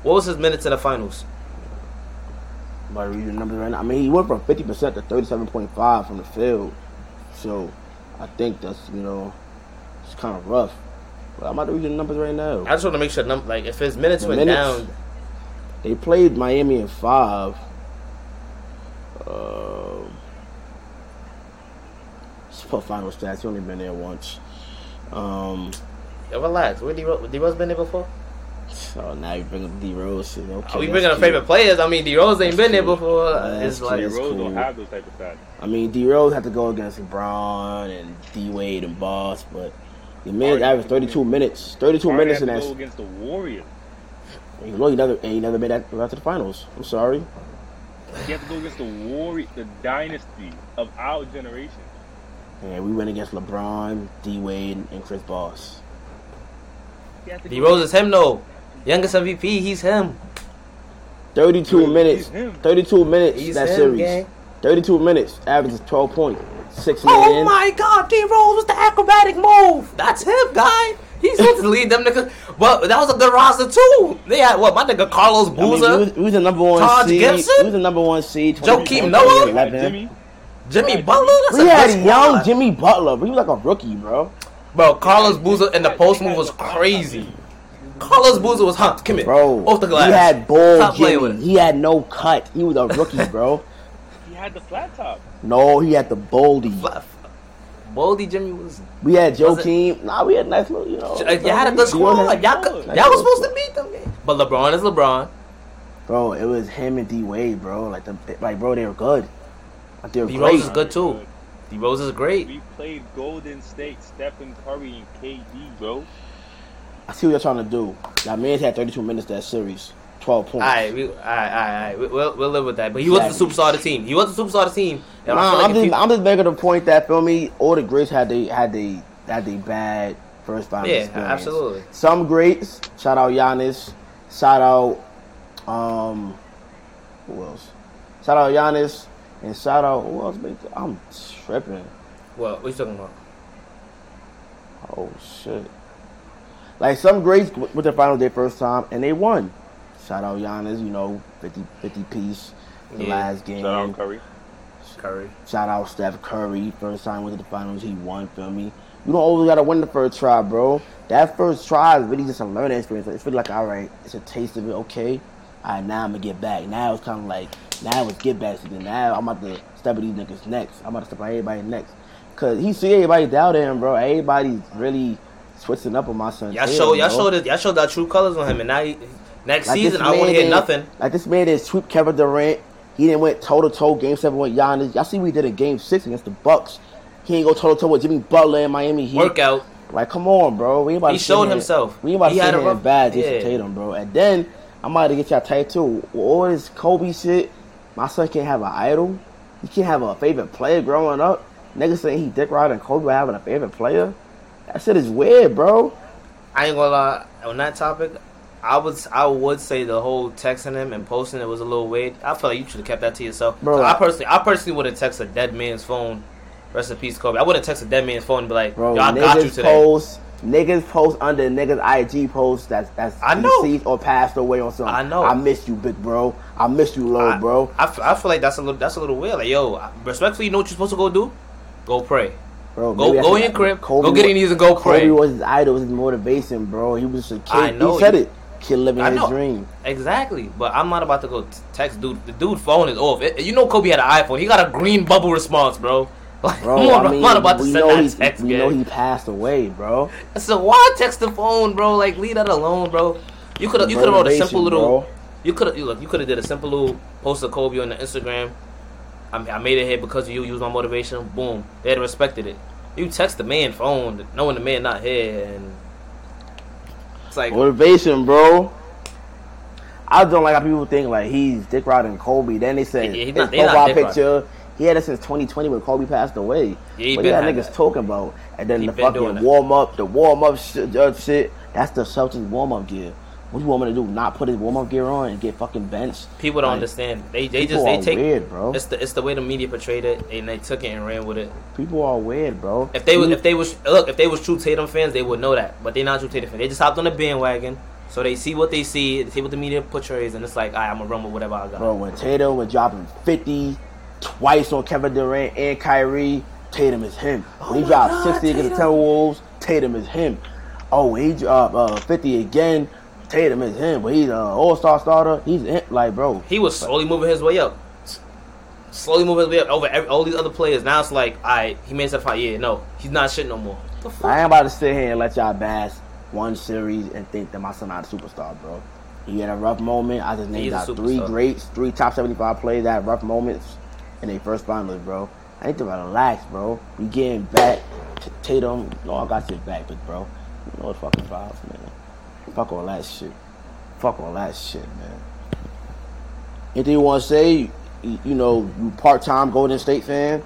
B: What was his minutes in the finals?
A: But reading the numbers right now, I mean, he went from fifty percent to thirty seven point five from the field. So, I think that's you know, it's kind of rough. But I'm about to read the numbers right now.
B: I just want to make sure, num- like, if his minutes
A: The
B: went
A: minutes.
B: down,
A: They played Miami in five. Um just put final stats. He only been there once. Um,
B: yo, relax. Where D Rose, D Rose been there before?
A: so now you bring up D Rose. and Okay,
B: Are we
A: that's
B: bringing up
A: cute.
B: favorite players? I mean, D Rose ain't
A: That's
B: been there
A: true.
B: before.
A: That's
B: It's
A: true.
B: like
C: The Rose
A: cool.
C: don't have those type of stats.
A: I mean, D Rose had to go against LeBron and D Wade and Boss, but the minutes averaged
C: Harden had to go
A: 32 minutes. 32
C: Harden
A: minutes
C: had
A: in
C: to
A: that.
C: go against the Warriors.
A: He never, and he never made that got to the finals. I'm sorry.
C: He had to go against the Warrior, the dynasty of our generation.
A: And we went against LeBron, D Wade, and Chris Boss.
C: He had to
B: D
C: go
B: Rose is him though. Youngest MVP, he's him.
A: 32
C: Dude,
A: minutes.
C: he's him.
A: 32 minutes
B: He's
A: that
B: him,
A: series.
B: gang.
A: 32 minutes averages 12 points. 6 million.
B: Oh my God, D Rose was the acrobatic move. That's him, guy. He's supposed to lead them niggas. Well, that was a good roster too. They had what my nigga Carlos
A: I mean, we,
B: Boozer.
A: was, we was the number one
B: Todd
A: seed.
B: Gibson?
A: We was the number one seed.
B: Joakim
A: 2011.
B: Noah?
C: Jimmy,
B: Jimmy Butler? That's
A: We
B: a
A: had
B: good squad.
A: young Jimmy Butler. but He was like a rookie, bro.
B: Bro, Carlos Boozer and the post move was crazy. Carlos Boozer was hot. Come here.
A: Bro,
B: Off the glass.
A: he had ball
B: Stop playing
A: Jimmy.
B: with it.
A: He had no cut. He was a rookie, bro.
C: He had the flat top.
A: no, he had the boldy.
B: Fluff. Boldy Jimmy was.
A: We had
B: Was it-
A: Joakim. Nah, we had nice little, you know.
B: Like, y'all uh, had a good squad. Y'all, could,
A: That
B: y'all was
A: was
B: supposed to beat them. man. But LeBron is LeBron.
A: Bro, it was him and D Wade, bro. Like the like, bro, they were good. Like, they were
B: D
A: great.
B: Rose is good too. D Rose is great.
C: We played Golden State, Stephen Curry, and KD, bro.
A: Mm-hmm. I see what you're trying to do. That man's had 32 minutes that series, 12 points.
B: Alright, we, alright, alright, alright. We- We'll, we'll live with that. But he was the
A: Exactly.
B: superstar of the team. He was the superstar of the team. And I
A: Nah,
B: feel like
A: I'm,
B: if
A: just,
B: you-
A: I'm just making the point that feel me. All the greats had they had they had they bad first round.
B: Yeah,
A: experience.
B: absolutely.
A: Some greats. Shout out Giannis. Shout out um, who else? Shout out Giannis and shout out who else? made the- I'm tripping.
B: Well, what you talking about?
A: Oh shit! Like some greats w- with the finals their first time and they won. Shout out Giannis, you know, 50, 50 piece. The
B: Yeah.
A: last game.
C: Shout out Curry.
B: Curry.
A: Shout out Steph Curry. First time went to the finals, he won. Feel me? You don't always gotta win the first try, bro. That first try is really just a learning experience. It's really like, all right, it's a taste of it. Okay, all right, now I'm gonna get back. Now it's kind of like, now it's get back season. Now I'm about to step on these niggas next. I'm about to step on everybody next, cause he see everybody doubting him, bro. Everybody's really switching up on my son.
B: Y'all
A: Tatum,
B: show y'all
A: bro.
B: showed it, y'all showed our true colors on him, and now he, next
A: Like, this
B: season I won't
A: man
B: hear
A: didn't-
B: nothing.
A: Like this man didn't sweep Kevin Durant. He didn't went toe to toe game seven with Giannis. Y'all see what he did in game six against the Bucks. He ain't go toe to toe with Jimmy Butler in Miami Heat.
B: Workout.
A: Like, come on, bro. We ain't about
B: He
A: to sit
B: showed
A: here-
B: himself.
A: We ain't about
B: He
A: to sit
B: had a
A: here and
B: rough-
A: bad Jason
B: yeah.
A: Tatum, bro. And then I'm about to get y'all tight too. With All this Kobe shit. My son can't have an idol. He can't have a favorite player growing up. Niggas saying he dick riding Kobe by having a favorite player. That shit is weird, bro.
B: I ain't gonna lie on that topic. I was I would say the whole texting him and posting it was a little weird. I feel like you should have kept that to yourself.
A: Bro.
B: So I personally I personally would have texted a dead man's phone. Rest in peace, Kobe. I would have texted a dead man's phone and be like,
A: Bro,
B: "Yo, I
A: niggas
B: got you today."
A: post niggas post under niggas IG posts that's that's
B: I know.
A: deceased or passed away or something.
B: I know.
A: I miss you, big bro. I miss you, low
B: I-
A: Oh, bro.
B: I, f- I feel like that's a little that's a little weird. Like, yo, I- respectfully, you know what you're supposed to go do? Go pray.
A: Bro,
B: Go
A: maybe that's
B: go
A: what-
B: in your crib.
A: Kobe
B: go get
A: wa-
B: in these and go pray.
A: Kobe was his idol, was his motivation, bro. He was just a kid.
B: I know.
A: he said it. Kid living
B: I
A: his
B: know.
A: dream.
B: Exactly, but I'm not about to go t- text dude. The dude phone is off. It- you know Kobe had an iPhone. He got a green bubble response, bro. Like,
A: Bro,
B: come on,
A: I mean,
B: I'm not about to
A: we,
B: send
A: know
B: that
A: he,
B: text,
A: we know
B: man.
A: he passed away, bro.
B: So why text the phone, bro? Like, leave that alone, bro. You could have you could have wrote a
A: Motivation,
B: simple little.
A: bro.
B: You could have you look. You could have did a simple little post of Kobe on the Instagram. I, I made it here because of you. Use my motivation. Boom. They'd have respected it. You text the man phone, knowing the man not here, and it's like
A: Motivation, bro. I don't like how people think like he's Dick Rodden Kobe. Then they say
B: Yeah, he's
A: his
B: not- he's not
A: profile
B: Dick Rodman.
A: picture. He had it since 2020 when Kobe passed away.
B: he
A: what
B: been
A: y'all
B: had
A: niggas
B: that.
A: talking about? And then
B: He
A: the
B: been doing that.
A: fucking warm up, the warm up shit, uh, shit. That's the Celtics warm up gear. What you want me to do? Not put his warm up gear on and get fucking benched?
B: people don't
A: Like,
B: understand. They they
A: People
B: just they
A: are
B: take
A: weird, bro.
B: It's the it's the way the media portrayed it, and they took it and ran with it.
A: People are weird, bro.
B: If they was
A: You-
B: if they was look if they was true Tatum fans, they would know that. But they not true Tatum fans. They just hopped on the bandwagon, so they see what they see, they see what the media portrays, and it's like, all right, I'm gonna run with whatever I got.
A: Bro, when Tatum was dropping 50 twice on Kevin Durant and Kyrie, Tatum is him. When he dropped 60 against the Timberwolves, Tatum is him. Oh, when he dropped uh, 50 again, Tatum is him. When he's an all star starter, he's him. Like, bro,
B: He was slowly moving his way up, S- slowly moving his way up over every, all these other players. Now it's like, all right, he made it to the final. Yeah, no, he's not shit no more. The fuck?
A: I ain't about to sit here and let y'all bash one series and think that my son not a superstar, bro. He had a rough moment. I just named
B: He's a
A: out three
B: superstar.
A: greats, three top 75 players that had rough moments in their first finals, bro. I need to relax, bro. We getting back. T- Tatum, no, I got your back, but bro, you know what fucking vibes, man. Fuck all that shit. Fuck all that shit, man. Anything you want to say? You, you know, you part-time Golden State fan.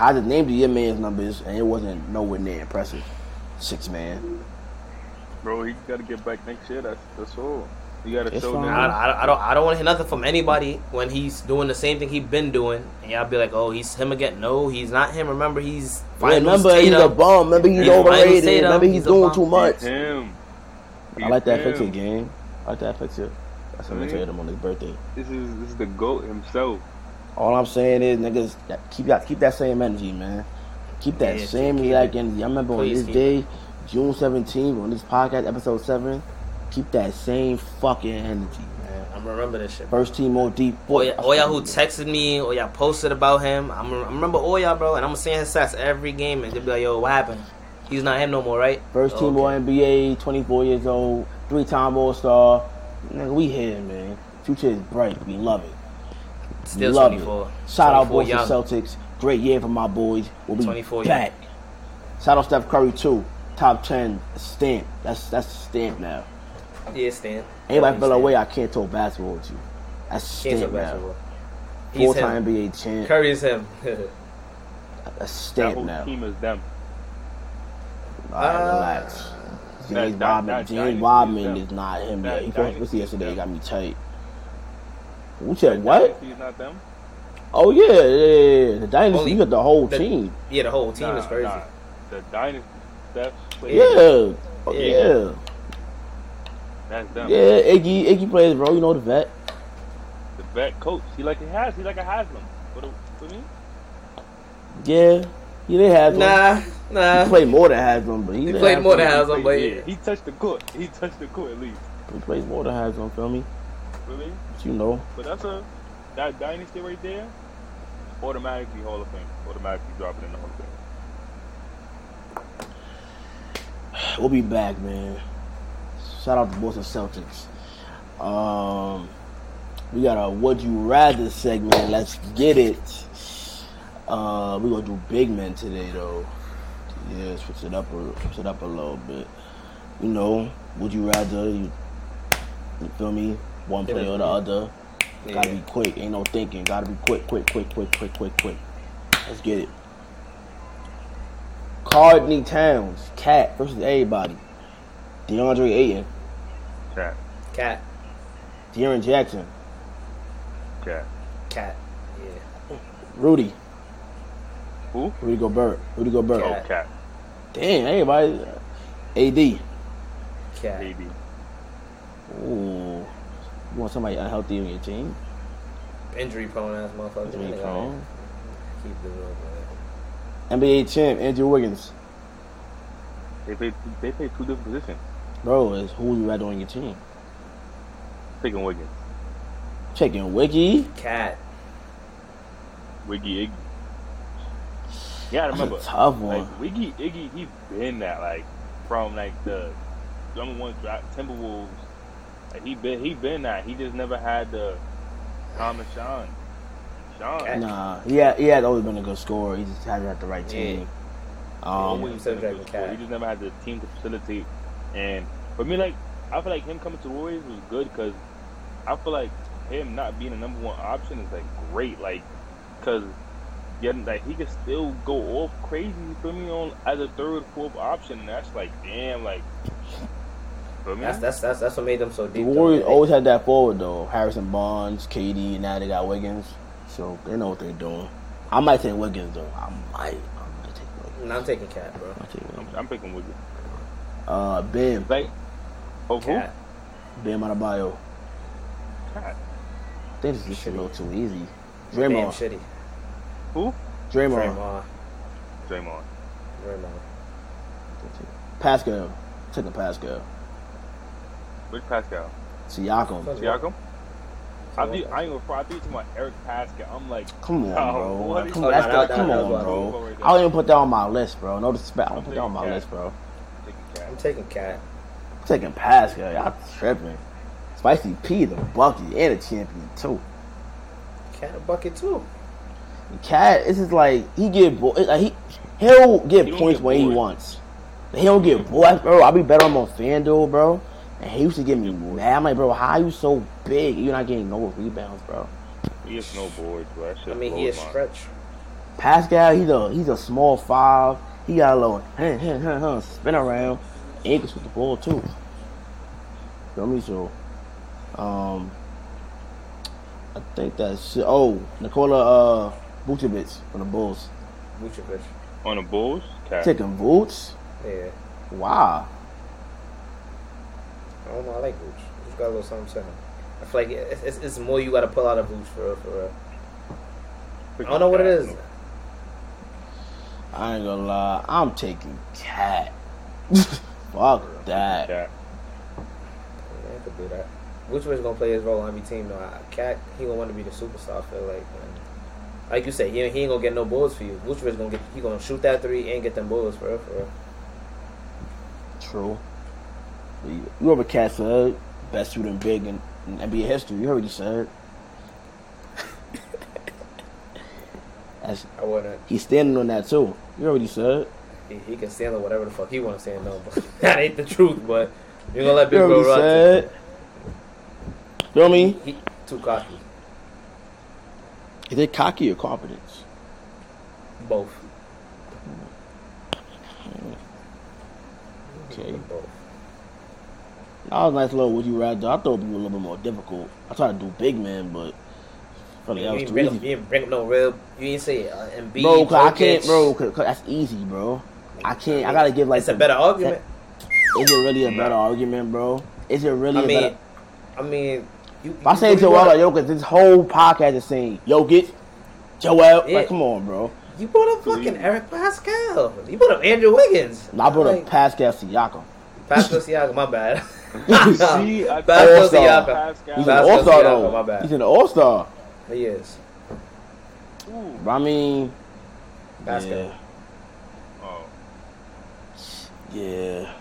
A: I just named you your man's numbers, and it wasn't nowhere near impressive. Six man.
C: Bro, he got to get back next year. That's that's all. You got to
A: It's
C: show
A: fine.
C: them.
B: I, I, I don't I don't want to hear nothing from anybody when he's doing the same thing he been doing, and y'all be like, oh, he's him again. No, he's not him. Remember, he's finals
A: remember he's a
B: Tatum.
A: bum. Remember he's
B: He's a
A: overrated.
B: Miles Tatum.
A: Remember he's,
B: He's a
A: doing
B: bum.
A: too much.
C: He's him.
A: I like that
C: He's
A: picture,
C: him.
A: gang. I like that picture. That's what I
C: Mhm.
A: made him on his birthday.
C: This is this is the goat himself.
A: All I'm saying is, niggas, that- keep that keep that same energy, man. Keep that
B: Yeah,
A: same
B: keep
A: exact
B: it.
A: energy. I remember on
B: Please
A: this
B: keep
A: day, June 17th, on this podcast, episode seven. Keep that same fucking energy, man.
B: I'm gonna remember this shit. Bro.
A: First team
B: All,
A: OD. boy,
B: y'all, all y'all who texted me, or y'all posted about him, I'm, I remember all y'all, bro. And I'm seeing his stats every game, and they'll be like, "Yo, what happened? He's not him no more, right?"
A: First team
B: Okay.
A: All NBA, 24 years old, three time All Star. Nigga, we here, man. Future is bright. We love it. We
B: Still
A: love
B: 24.
A: it. Shout out
B: 24
A: boys
B: young.
A: to Celtics. Great year for my boys. We'll be
B: 24 young.
A: back. Shout out Steph Curry too. Top ten stamp. That's that's a stamp now.
B: Yeah, Stan.
A: Anybody
B: Yeah,
A: fell
B: Stan.
A: away, I can't talk basketball with you. That's a
B: Can't talk
A: stamp now.
B: basketball. He's
A: Four time
B: him.
A: NBA champ.
B: Curry is him.
A: That's a
C: That
A: stamp
C: whole
A: now.
C: team is them.
A: Alright,
B: Uh,
A: relax. James
C: that-
A: Rodman,
C: that
A: James
C: dynasty
A: Rodman
C: is
A: is not him
C: That
A: yet. He supposed to
C: dynasty
A: see yesterday.
C: is
A: He got
C: them.
A: me tight. We said what?
C: He's not them.
A: Oh yeah, yeah, yeah. The dynasty.
B: Only-
A: you got the whole
B: the-
A: team.
B: yeah, the whole team
C: Nah,
B: is crazy.
C: nah. The dynasty, Steph, Clay,
A: Yeah. Oh,
B: Yeah.
A: yeah.
C: that's them.
A: Yeah, Iggy, Iggy plays bro. You know the vet.
C: The vet coach. He like he has. He like a Haslam. What do what do you mean?
A: Yeah, he didn't have him.
B: Nah, nah.
A: He played more than Haslam, but he, didn't
B: played
A: have
B: more
A: him.
B: than Haslam,
C: He-
B: but-
C: yeah, he touched the court. He touched the court at least.
A: He plays more than Haslam. Feel me?
C: Really?
A: But you know,
C: But that's a that dynasty right there. Automatically Hall of Fame. Automatically dropping in the Hall of Fame.
A: we'll be back, man. Shout out to Boston Celtics. Um, we got a Would You Rather segment. Let's get it. Uh, we're gonna do big men today, though. Yeah, switch it up, a, switch it up a little bit. You know, would you rather you, you feel me? One
B: Yeah,
A: play or the
B: yeah.
A: other.
B: Yeah.
A: Gotta be quick. Ain't no thinking. Gotta be quick, quick, quick, quick, quick, quick, quick. Let's get it. Cardney Towns, Cat versus everybody. DeAndre Ayton,
C: Cat,
B: Cat,
A: De'Aaron Jackson,
C: cat.
B: cat. Yeah.
A: Rudy,
C: Who?
A: Rudy Gobert, Rudy Gobert.
C: Oh,
B: Cat.
C: cat.
A: Damn, everybody. AD.
B: Cat.
C: Baby.
A: Ooh. You want somebody unhealthy on your team?
B: Injury prone ass motherfucker.
A: Injury
B: Nigga,
A: prone.
B: Keep it real, man.
A: NBA champ, Andrew Wiggins.
C: They play. They play two different positions.
A: Bro, is who you rather on your team?
C: Taking Wiggins.
A: Chicken Wiggy.
B: Cat.
C: Wiggy Iggy. Yeah, I
A: That's
C: remember.
A: a tough one.
C: Like Wiggy Iggy, he been that like from like the number one draft Timberwolves. Like he been he been that. He just never had the Thomas Sean. Sean.
A: Nah, he had, he had always been a good scorer. He just hasn't had the right team. Um,
C: always been a good scorer. He just never had the team to facilitate. And for me, like I feel like him coming to Warriors was good because I feel like him not being a number one option is like great. Like because yeah, like he could still go off crazy for me on as a third, fourth option. And that's like damn, like for me.
B: That's that's that's that's what made them so
A: the
B: deep. though.
A: Warriors
B: They-
A: always had that forward though. Harrison Barnes, KD, and now they got Wiggins. So they know what they're doing. I might take Wiggins though. I might. I might take Wiggins.
B: Nah, I'm taking cat, bro.
A: I take
C: I'm,
A: Wiggins.
C: I'm picking Wiggins.
A: Uh, Bam,
C: Like, of who?
B: Cat.
A: Bam Adebayo.
C: Cat.
A: I think this is just a little too easy.
B: Damn
A: Draymond,
B: shitty.
C: Who?
A: Draymond,
B: Draymond.
C: Draymond.
B: Draymond.
A: Pascal, taking Pascal,
C: Which Pascal?
A: Siakam.
C: Siakam? I be, I ain't gonna fry. I be talking about Eric Pascal. I'm like,
A: Come on,
C: Oh,
A: bro.
C: what is-
A: Come
B: Oh,
A: on, that's
B: nah,
A: the-
B: nah,
A: come
B: nah,
A: on,
B: nah,
C: nah, nah,
A: bro.
C: nah.
A: I don't even put that on my list, bro. No disrespect. I don't put that on my
C: Yeah.
A: list, bro.
C: taking cat.
B: I'm taking cat.
A: I'm taking Pascal. Y'all tripping. Spicy P, the bucket, and a champion too.
B: Cat a bucket too.
A: Cat, this is like he get bo- like he he'll get
C: He don't
A: points
C: get
A: when he
C: bored.
A: wants. He don't get bored, bro. I be better on my FanDuel, bro. And he used to get me mad. I'm like, bro, how you so big? You're not getting no rebounds, bro.
C: He is no board, bro. That shit
B: I mean, he
C: blows
B: is
C: my-
B: stretch.
A: Pascal, he's a he's a small five. He got a little huh, huh, huh, huh, spin around, ankles with the ball too. Feel me? So, um, I think that's it. oh Nikola uh Vucevic from the Bulls
B: Vucevic.
C: On the Bulls? Cat.
A: taking votes.
B: Yeah.
A: Wow.
B: I don't know. I like Vooch. He's got a little something to him. I feel like it's, it's, it's more you got to pull out of Vooch for real, for real. I don't know what it is.
A: I ain't gonna lie, I'm taking cat. Fuck that.
C: Yeah.
B: Man, I could do that. Which one's gonna play his role on every team? though? I- Cat, he gonna want to be the superstar. I feel like, man. like you said, he, ain't- he ain't gonna get no balls for you. Which one's gonna get? He gonna shoot that three and get them balls for real, for real.
A: True. You you heard what Cat said. Best shooting big in, in NBA history. You heard what he said. That's,
B: I wouldn't.
A: he's standing on that too. You heard what he said.
B: He, he can stand on whatever the fuck he want to stand on. But that ain't the truth. But you gonna let Big
A: You heard
B: Bro
A: what he
B: run?
A: said. Feel me?
B: He too cocky.
A: Is it cocky or confidence?
B: Both.
A: Okay.
B: Both.
A: That was a nice little would you rather. I thought it would be a little bit more difficult. I tried to do big man, but I felt like
B: You
A: that was
B: ain't,
A: too
B: bring up,
A: easy.
B: you ain't bring up no real. You ain't say uh, Embiid.
A: Bro, 'cause I
B: Jokic.
A: can't, bro, 'cause- 'cause that's easy, bro. I can't. I gotta give like.
B: It's a
A: the-
B: better argument.
A: Is it really a better
C: No.
A: argument, bro? Is it really?
B: I
A: a
B: mean,
A: better,
B: I mean, you,
A: if I say Joel or Jokic, this whole podcast is saying Jokic, Joel.
B: Yeah.
A: Like, come on, bro.
B: you brought up fucking Eric Pascal. You brought up Andrew Wiggins.
A: I brought up
B: Like,
A: Pascal Siakam.
B: Pascal Siakam. My bad.
C: See, I-
B: Pascal
A: Also,
B: Siakam.
A: He's
C: Pascal.
A: an
B: Pascal
A: all star
B: Siakam, my
A: though.
B: bad.
A: He's an all star.
B: He is
C: Ooh.
A: I mean,
B: Pascal.
A: yeah,
C: Oh,
A: yeah.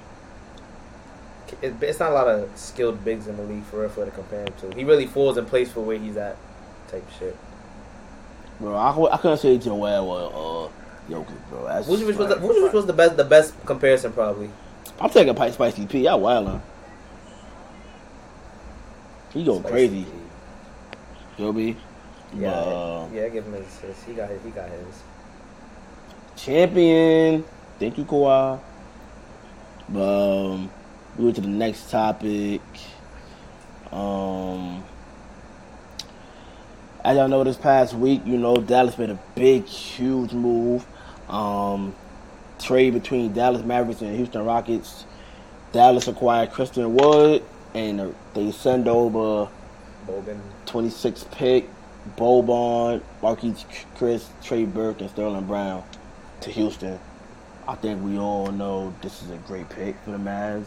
B: It, it's not a lot of skilled bigs in the league for real for to compare him to. He really falls in place for where he's at, type shit.
A: Bro, I, cou- I couldn't say Joel or uh, Jokic, bro. That's
B: Which was the,
A: like-
B: Vucevic was the best the best comparison probably.
A: I'm taking Pipe Spicy P. Y'all wildin'. He go crazy. You know me?
B: Yeah,
A: But, uh,
B: yeah. Give him his, his. He got his. He got his.
A: Champion. Thank you, Kawhi. But, um, we went to the next topic. Um, as y'all know, this past week, you know, Dallas made a big, huge move. Um, trade between Dallas Mavericks and Houston Rockets. Dallas acquired Christian Wood, and they send over
B: Bogan.
A: 26 pick, Bobon, Marquise Chris, Trey Burke, and Sterling Brown to Houston. I think we all know this is a great pick for the Mavs.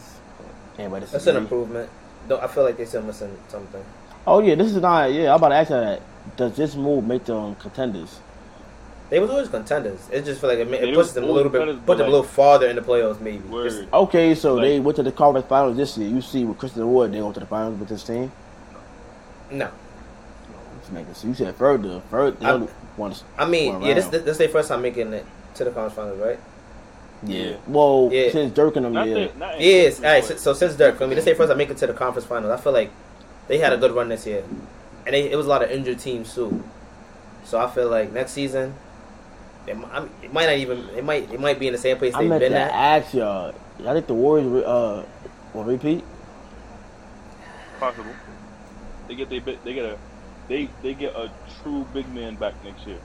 A: Anybody
B: That's an
A: disagree?
B: improvement. Though I feel like they're still missing something.
A: Oh yeah, this is not. Yeah, I'm about to ask you that. Does this move make them contenders?
B: They was always contenders. It just feel like it, ma-
C: They
B: it
C: was
B: pushes them a
C: always
B: little bit,
C: contenders,
B: put
C: but
B: them a
C: like-
B: little farther in the playoffs, maybe. Just-
C: word.
A: Okay, so
C: Like-
A: they went to the conference finals this year. You see, with Christian Wood, they go to the finals with this team.
B: no,
A: Let's make it- So you said further, further. They
B: I-
A: only won-
B: I mean,
A: One
B: yeah, this
A: round.
B: this their first time making it to the conference finals, right?
A: yeah. Well,
B: Yeah.
A: since Dirk and them,
C: Not
A: yeah.
C: that, not
B: Yes.
C: exactly,
B: All right.
C: but-
B: So, so since Dirk, for me, this their first time making it to the conference finals. I feel like they had a good run this year, and they, it was a lot of injured teams too. So I feel like next season, it, mi- I mean, it might not even it might it might be in the same place
A: I
B: they've
A: meant
B: been
A: to
B: at.
A: ask y'all. Y'all think the Warriors uh, will repeat?
C: Possible. They get they bit- they get a they they get a true big man back next year.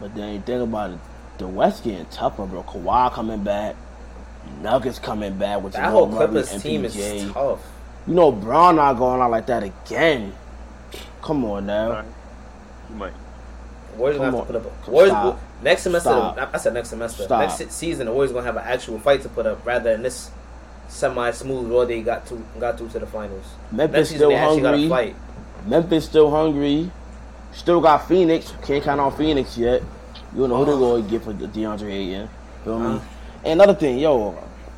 A: But then you think about it, the West getting tougher, bro. Kawhi coming back, Nuggets coming back with
B: That
A: Jamal
B: whole
A: Murray
B: Clippers
A: and
B: team
A: PJ.
B: is tough.
A: You know Brown not going out like that again. Come on now.
C: Alright. You might.
B: Warriors gonna
A: Come
B: have to
A: on.
B: put up.
A: Come-
B: Warriors
A: stop.
B: will- next semester.
A: Stop.
B: I said next semester.
A: Stop.
B: Next se- season, the Warriors gonna have an actual fight to put up rather than this semi-smooth road they got to got to to the finals.
A: Memphis
B: next season,
A: still
B: they actually got to
A: hungry.
B: fight.
A: Memphis still hungry. Still got Phoenix. Can't count on Phoenix yet. You know who they're going to get for DeAndre Ayton. Feel me?
B: Uh.
A: And another thing, yo,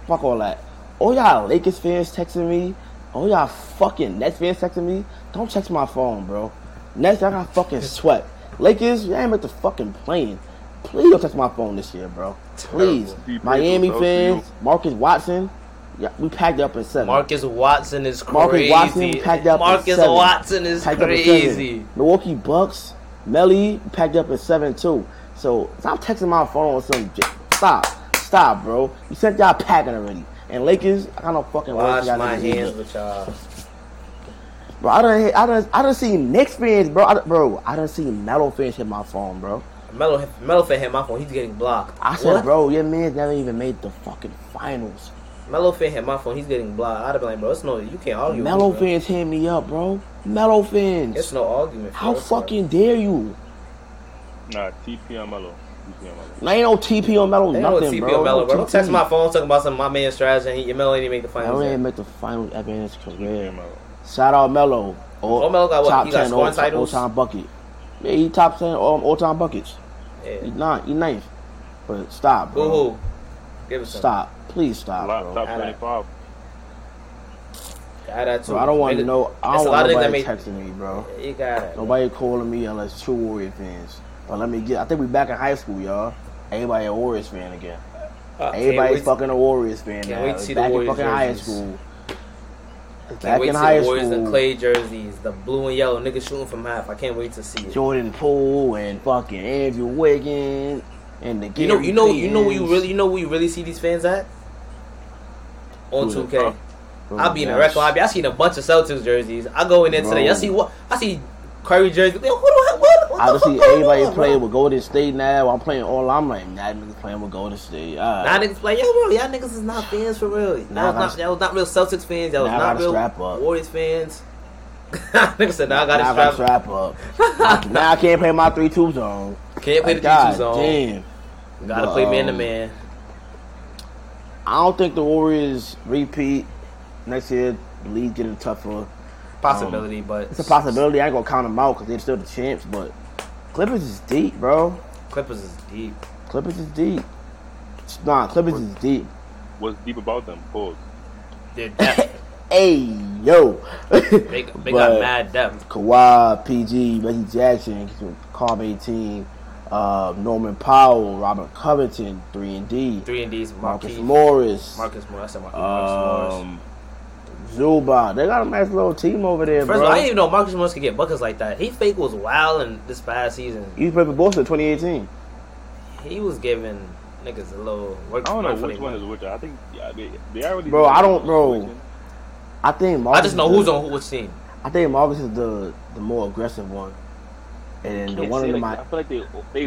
A: fuck all that. All y'all Lakers fans texting me. All y'all fucking Nets fans texting me. Don't text my phone, bro. Nets, I got fucking swept. Lakers, y'all ain't about to fucking playing. Please don't text my phone this year, bro. Please.
C: Terrible. Deep
A: Miami
C: Lakers, though,
A: fans, Marcus Watson. Yeah, we packed up in seven.
B: Marcus Watson is crazy.
A: Marcus Watson packed up in
B: Marcus
A: seven.
B: Watson is
A: packed up in
B: crazy.
A: seven. Milwaukee Bucks, Melly packed up in seven too. So stop texting my phone or some j- stop, stop, bro. You sent y'all packing already. And Lakers, I don't fucking
B: Wash
A: words y'all
B: my
A: niggas need.
B: hands with y'all.
A: bro. I done, hit- I done, I done seen Knicks fans, bro. I done, bro, I done seen Melo fans hit my phone, bro.
B: Melo, Melo fan hit my phone. He's getting blocked.
A: I said,
B: What?
A: bro, your man's never even made the fucking finals.
B: Melo fan hit my phone. He's getting blocked. I'd have been like, bro, it's no, you can't argue.
A: Melo
B: with me, bro.
A: fans hit me up, bro. Melo fans,
B: It's no argument.
A: how
B: bro. It's no-
A: fucking dare you?
C: Nah, TP on Melo. TP on Melo.
A: Now ain't no TP on Melo,
B: They know
A: nothing,
B: TP
A: bro.
B: on Melo,
A: No
B: bro. Don't text
A: TP.
B: my phone talking about some of my man strategy and he- your Melo ain't even make the
A: Melo
B: finals.
A: ain't
B: yet.
A: make the finals ever in his
C: TP
A: career.
C: on Melo.
A: Shout out Melo. All,
B: Oh, Melo got what? He got scoring titles?
A: all-time bucket. Yeah, he top ten all, all-time buckets. He
B: Yeah.
A: not, he ninth. But stop, bro.
B: Boo hoo. Give us some.
A: Stop. Please stop,
C: Top,
A: Ah, bro.
B: Add
C: top
B: that.
C: 25.
B: Got that too.
A: Bro, I don't want to
B: Nigga-
A: know. I
B: it's
A: don't
B: a
A: want
B: lot of
A: nobody
B: niggas that
A: texting me, bro.
B: made- You got it.
A: Nobody calling me unless true Warrior fans. But let me get. I think we back in high school, y'all. Everybody a Warriors fan again.
B: Uh, can't
A: Everybody's
B: wait-
A: fucking a Warriors fan
B: can't
A: now.
B: wait to
A: It's
B: see the
A: back in
B: Warriors
A: fucking high
B: jerseys.
A: school. It's
B: Can't
A: back
B: wait
A: in
B: to
A: high
B: see the Warriors and
A: school.
B: Clay jerseys, the blue and yellow niggas shooting from half. I can't wait to see it.
A: Jordan Poole and fucking Andrew Wiggins and the
B: You know,
A: Gary
B: you know, you know where you
A: Paytons.
B: really, you know where you really see these fans at on
A: Who the
B: two K.
C: fuck?
A: Bro,
B: I'll be in the
A: yes.
B: record lobby. I seen a bunch of Celtics jerseys. I go in there today. I
A: Bro.
B: see what I see Curry jersey. Yo, What, the- what, what
A: I
B: the
A: just see
B: fuck going
A: everybody
B: on,
A: playing
B: bro?
A: with Golden State now. I'm playing all. I'm like, nah, niggas playing with Golden State.
B: Now
A: All right.
B: niggas play, yo, bro, y'all niggas is not fans for real. Y'all
A: Now I
B: was not,
A: gotta-
B: y'all was not real Celtics fans. Y'all was
A: now I
B: not
A: gotta
B: real
A: strap up.
B: Warriors fans. niggas said, now I gotta
A: Now
B: strap.
A: strap up. now I can't play my three two zone.
B: Can't play the
A: God
B: D2 zone.
A: Damn.
B: Gotta
A: But,
B: play man to
A: um,
B: man.
A: I don't think the Warriors repeat next year. The league getting tougher.
B: Possibility, but
A: Um, It's a possibility. I ain't gonna count them out because they're still the champs. But Clippers is deep, bro.
B: Clippers is deep.
A: Clippers is deep. Nah, Clippers is deep.
C: What's deep about them? Pause.
B: Their depth.
A: Hey yo,
B: they they
A: But-
B: got mad depth.
A: Kawhi, PG, Reggie Jackson, Carm 18, uh, Norman Powell, Robert Covington, three and D,
B: Three and D's. Marcus
A: Marcus
B: Morris.
A: Morris,
B: Marcus Morris. I said Marcus, Marcus Morris.
A: um, Zuba. They got a nice little team over there,
B: First
A: bro.
B: of all, I didn't even know Marcus Morris could get buckets like that. He fake was wild in this past season.
A: you played for Boston in 2018.
B: He was giving niggas a little work.
C: I
B: work
C: don't know
B: for
C: which
B: their
C: one
B: money.
C: is which. I think yeah, they, they already.
A: Bro, I don't- bro. I think Marcus
B: I just know
A: is
B: who's
A: the-
B: on who which team.
A: I think Marcus is the the more aggressive one, and the
C: Can't
A: one
C: say
A: of them.
C: like,
A: I,
C: I feel like they they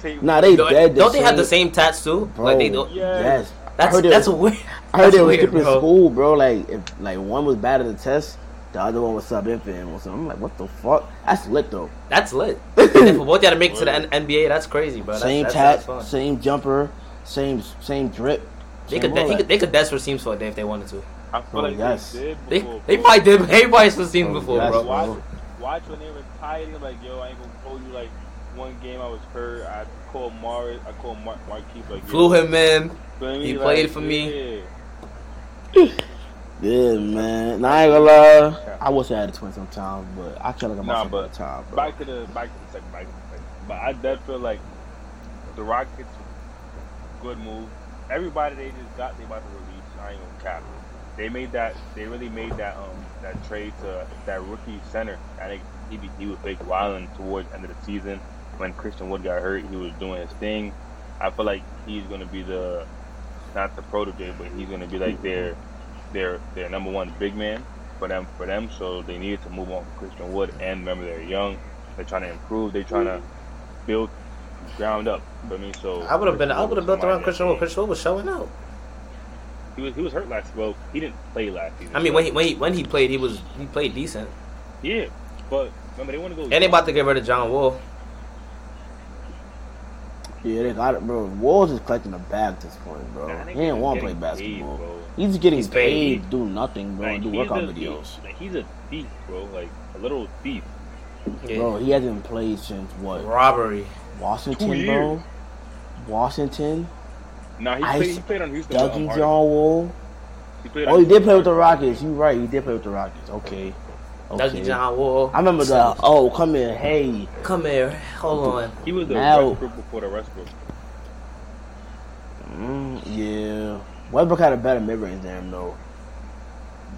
C: say
A: nah, they
B: Don't,
A: dead.
B: don't they have the same tats too?
A: Bro,
B: like they don't.
C: Yeah.
A: yes. I
B: That's
A: heard they
B: that's
A: was-
B: weird.
A: I heard
B: that's
A: they were
B: weird,
A: skipping
B: bro.
A: school, bro. Like if like one was bad at the test, the other one was sub infant or something. I'm like, what the fuck? That's lit though.
B: That's lit. and then for both y'all to make it to the N- NBA, that's crazy, bro. That's,
A: same
B: that's,
A: tat,
B: that's fun.
A: same jumper, same same drip.
B: They
A: same
B: could,
A: all
B: de- he
A: that.
B: could they could desk for teams for a day if they wanted to.
C: I feel
A: Bro,
C: like
A: Oh, yes.
C: they did
B: They
C: before,
B: they
C: bro.
B: probably did. Everybody's for teams
A: Oh,
B: before,
A: yes,
B: bro.
A: bro.
C: Watch, watch when they retired him. Like, yo, I ain't gonna call you. Like, one game I was hurt. I called Mar. I called Mar- Marquise. Like,
B: Flew
C: yo,
B: him in.
C: feel me?
B: He played for me.
C: yeah.
A: Yeah, man. Nah, I ain't gonna lie. I wish I had a twin sometime, but I can't look at
C: Nah,
A: myself
C: but
A: all the time, bro.
C: Back to the back to the second. Back to the second. But I did feel like the Rockets. Good move. Everybody they just got. They about to release. I ain't gonna cap. it. They made that. They really made that um that trade to that rookie center. I think he be, he was big wilding towards the end of the season when Christian Wood got hurt. He was doing his thing. I feel like he's gonna be the not the protege, but he's gonna be like their their their number one big man for them for them. So they needed to move on from Christian Wood and remember they're young. They're trying to improve. They're trying to build ground up. For me, so
B: I would have been. I would have built around Christian Wood.
C: Wood.
B: Christian Wood was showing out.
C: He was he was hurt last. Well, he didn't play last season.
B: I mean,
C: but-
B: when he when he, when he played, he was he played decent.
C: yeah, but remember they want to go.
B: And they about to get rid of John Wall.
A: Yeah, they got it, bro. Walls is collecting a bag at this point, bro.
C: Nah,
A: he
C: nigga
A: didn't want to play
C: getting paid,
A: basketball.
C: bro.
A: he's just getting
B: He's
A: paid,
B: paid.
A: to do nothing, bro, and do
C: he's
A: workout
C: a
A: videos.
C: thief. Like, he's a thief, bro. Like a little thief.
B: Yeah.
A: Bro, he hasn't played since what?
B: Robbery.
C: Two
A: Washington,
C: years.
A: bro. Washington,
C: Nah, he,
A: Ice-
C: played, he played on Houston. with, um,
A: Dougie John
C: Harden.
A: Wall.
C: He played on
A: Oh, he did
C: Houston
A: play with the
C: Rockets.
A: Rockets. You right? He did play with the Rockets. Okay.
B: Dougie
A: okay.
B: John Wall.
A: I remember the oh come here, hey.
B: Come here. Hold on.
C: He was the
A: Now-
C: Westbrook before the Westbrook.
A: Mm, yeah. Westbrook had a better mid range than him though.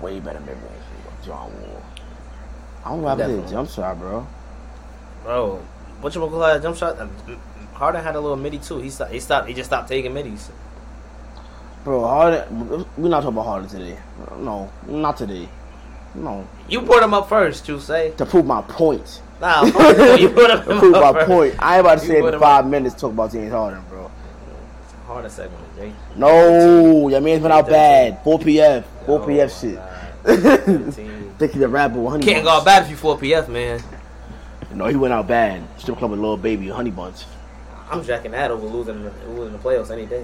A: Way better mid range than John Wall. I don't know how to hit a
B: Definitely.
A: jump shot, bro.
B: Bro, what you gonna call that jump shot? Uh, Harden had a little midi too. He stopped. He stopped. He just stopped taking midis.
A: Bro, Harden. We're not talking about Harden today. No, not today. No,
B: You brought him up first, you say?
A: to prove my point.
B: Nah, fuck you. you brought him
A: To prove
B: up
A: my
B: first.
A: point. I ain't about to
B: You
A: say it
B: put
A: in
B: him
A: five minutes. Talk about James Harden, bro.
B: Harden segment, Jay.
A: No, your man's been out bad. 4 PF, 4
B: Oh,
A: PF
B: my
A: shit.
B: God.
A: Think
B: Team.
A: he's a rapper. 100
B: Can't go
A: bucks.
B: out bad if you 4 PF, man.
A: No, he went out bad. Strip club with little baby, honey buns.
B: I'm jacking that over losing the, losing the playoffs any day.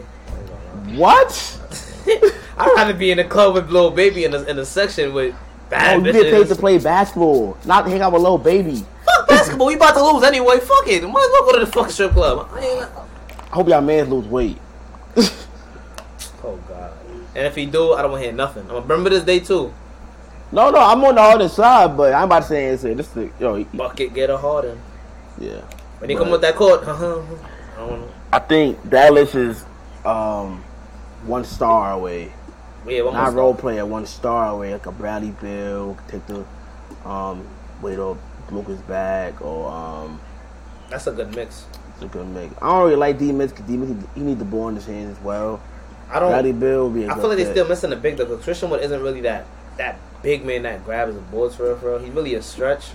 A: What?
B: I'd rather be in the club with little baby in the in the section with
A: Oh,
B: bad
A: you get paid to
B: bitches.
A: play basketball, not hang out with little baby.
B: Fuck basketball. We about to lose anyway. Fuck it. Might as well go to the fucking strip club. I ain't,
A: I hope y'all man lose weight.
B: oh god. And if he do, I don't want to hear nothing. I'm gonna remember this day too.
A: No, no, I'm on the other side, but I'm about to say it's this is yo, he-
B: Bucket get a harder.
A: yeah.
B: When he come with that court, uh-huh. I don't wanna,
A: I think Dallas is um one star away.
B: yeah, one
A: Not
B: more-
A: role player, one star away, like a Bradley Bill, take the um wait up Lucas back or um
B: That's a good mix.
A: it's a good mix. I don't really like D Mitch because D Mitch he need the ball in his hands as well.
B: I don't.
A: Bradley Bill would be a
B: I
A: good
B: feel like they're
A: fit.
B: still missing a big though. Because Christian Wood isn't really that that big man that grabs the boards for real, for real. He's really a stretch.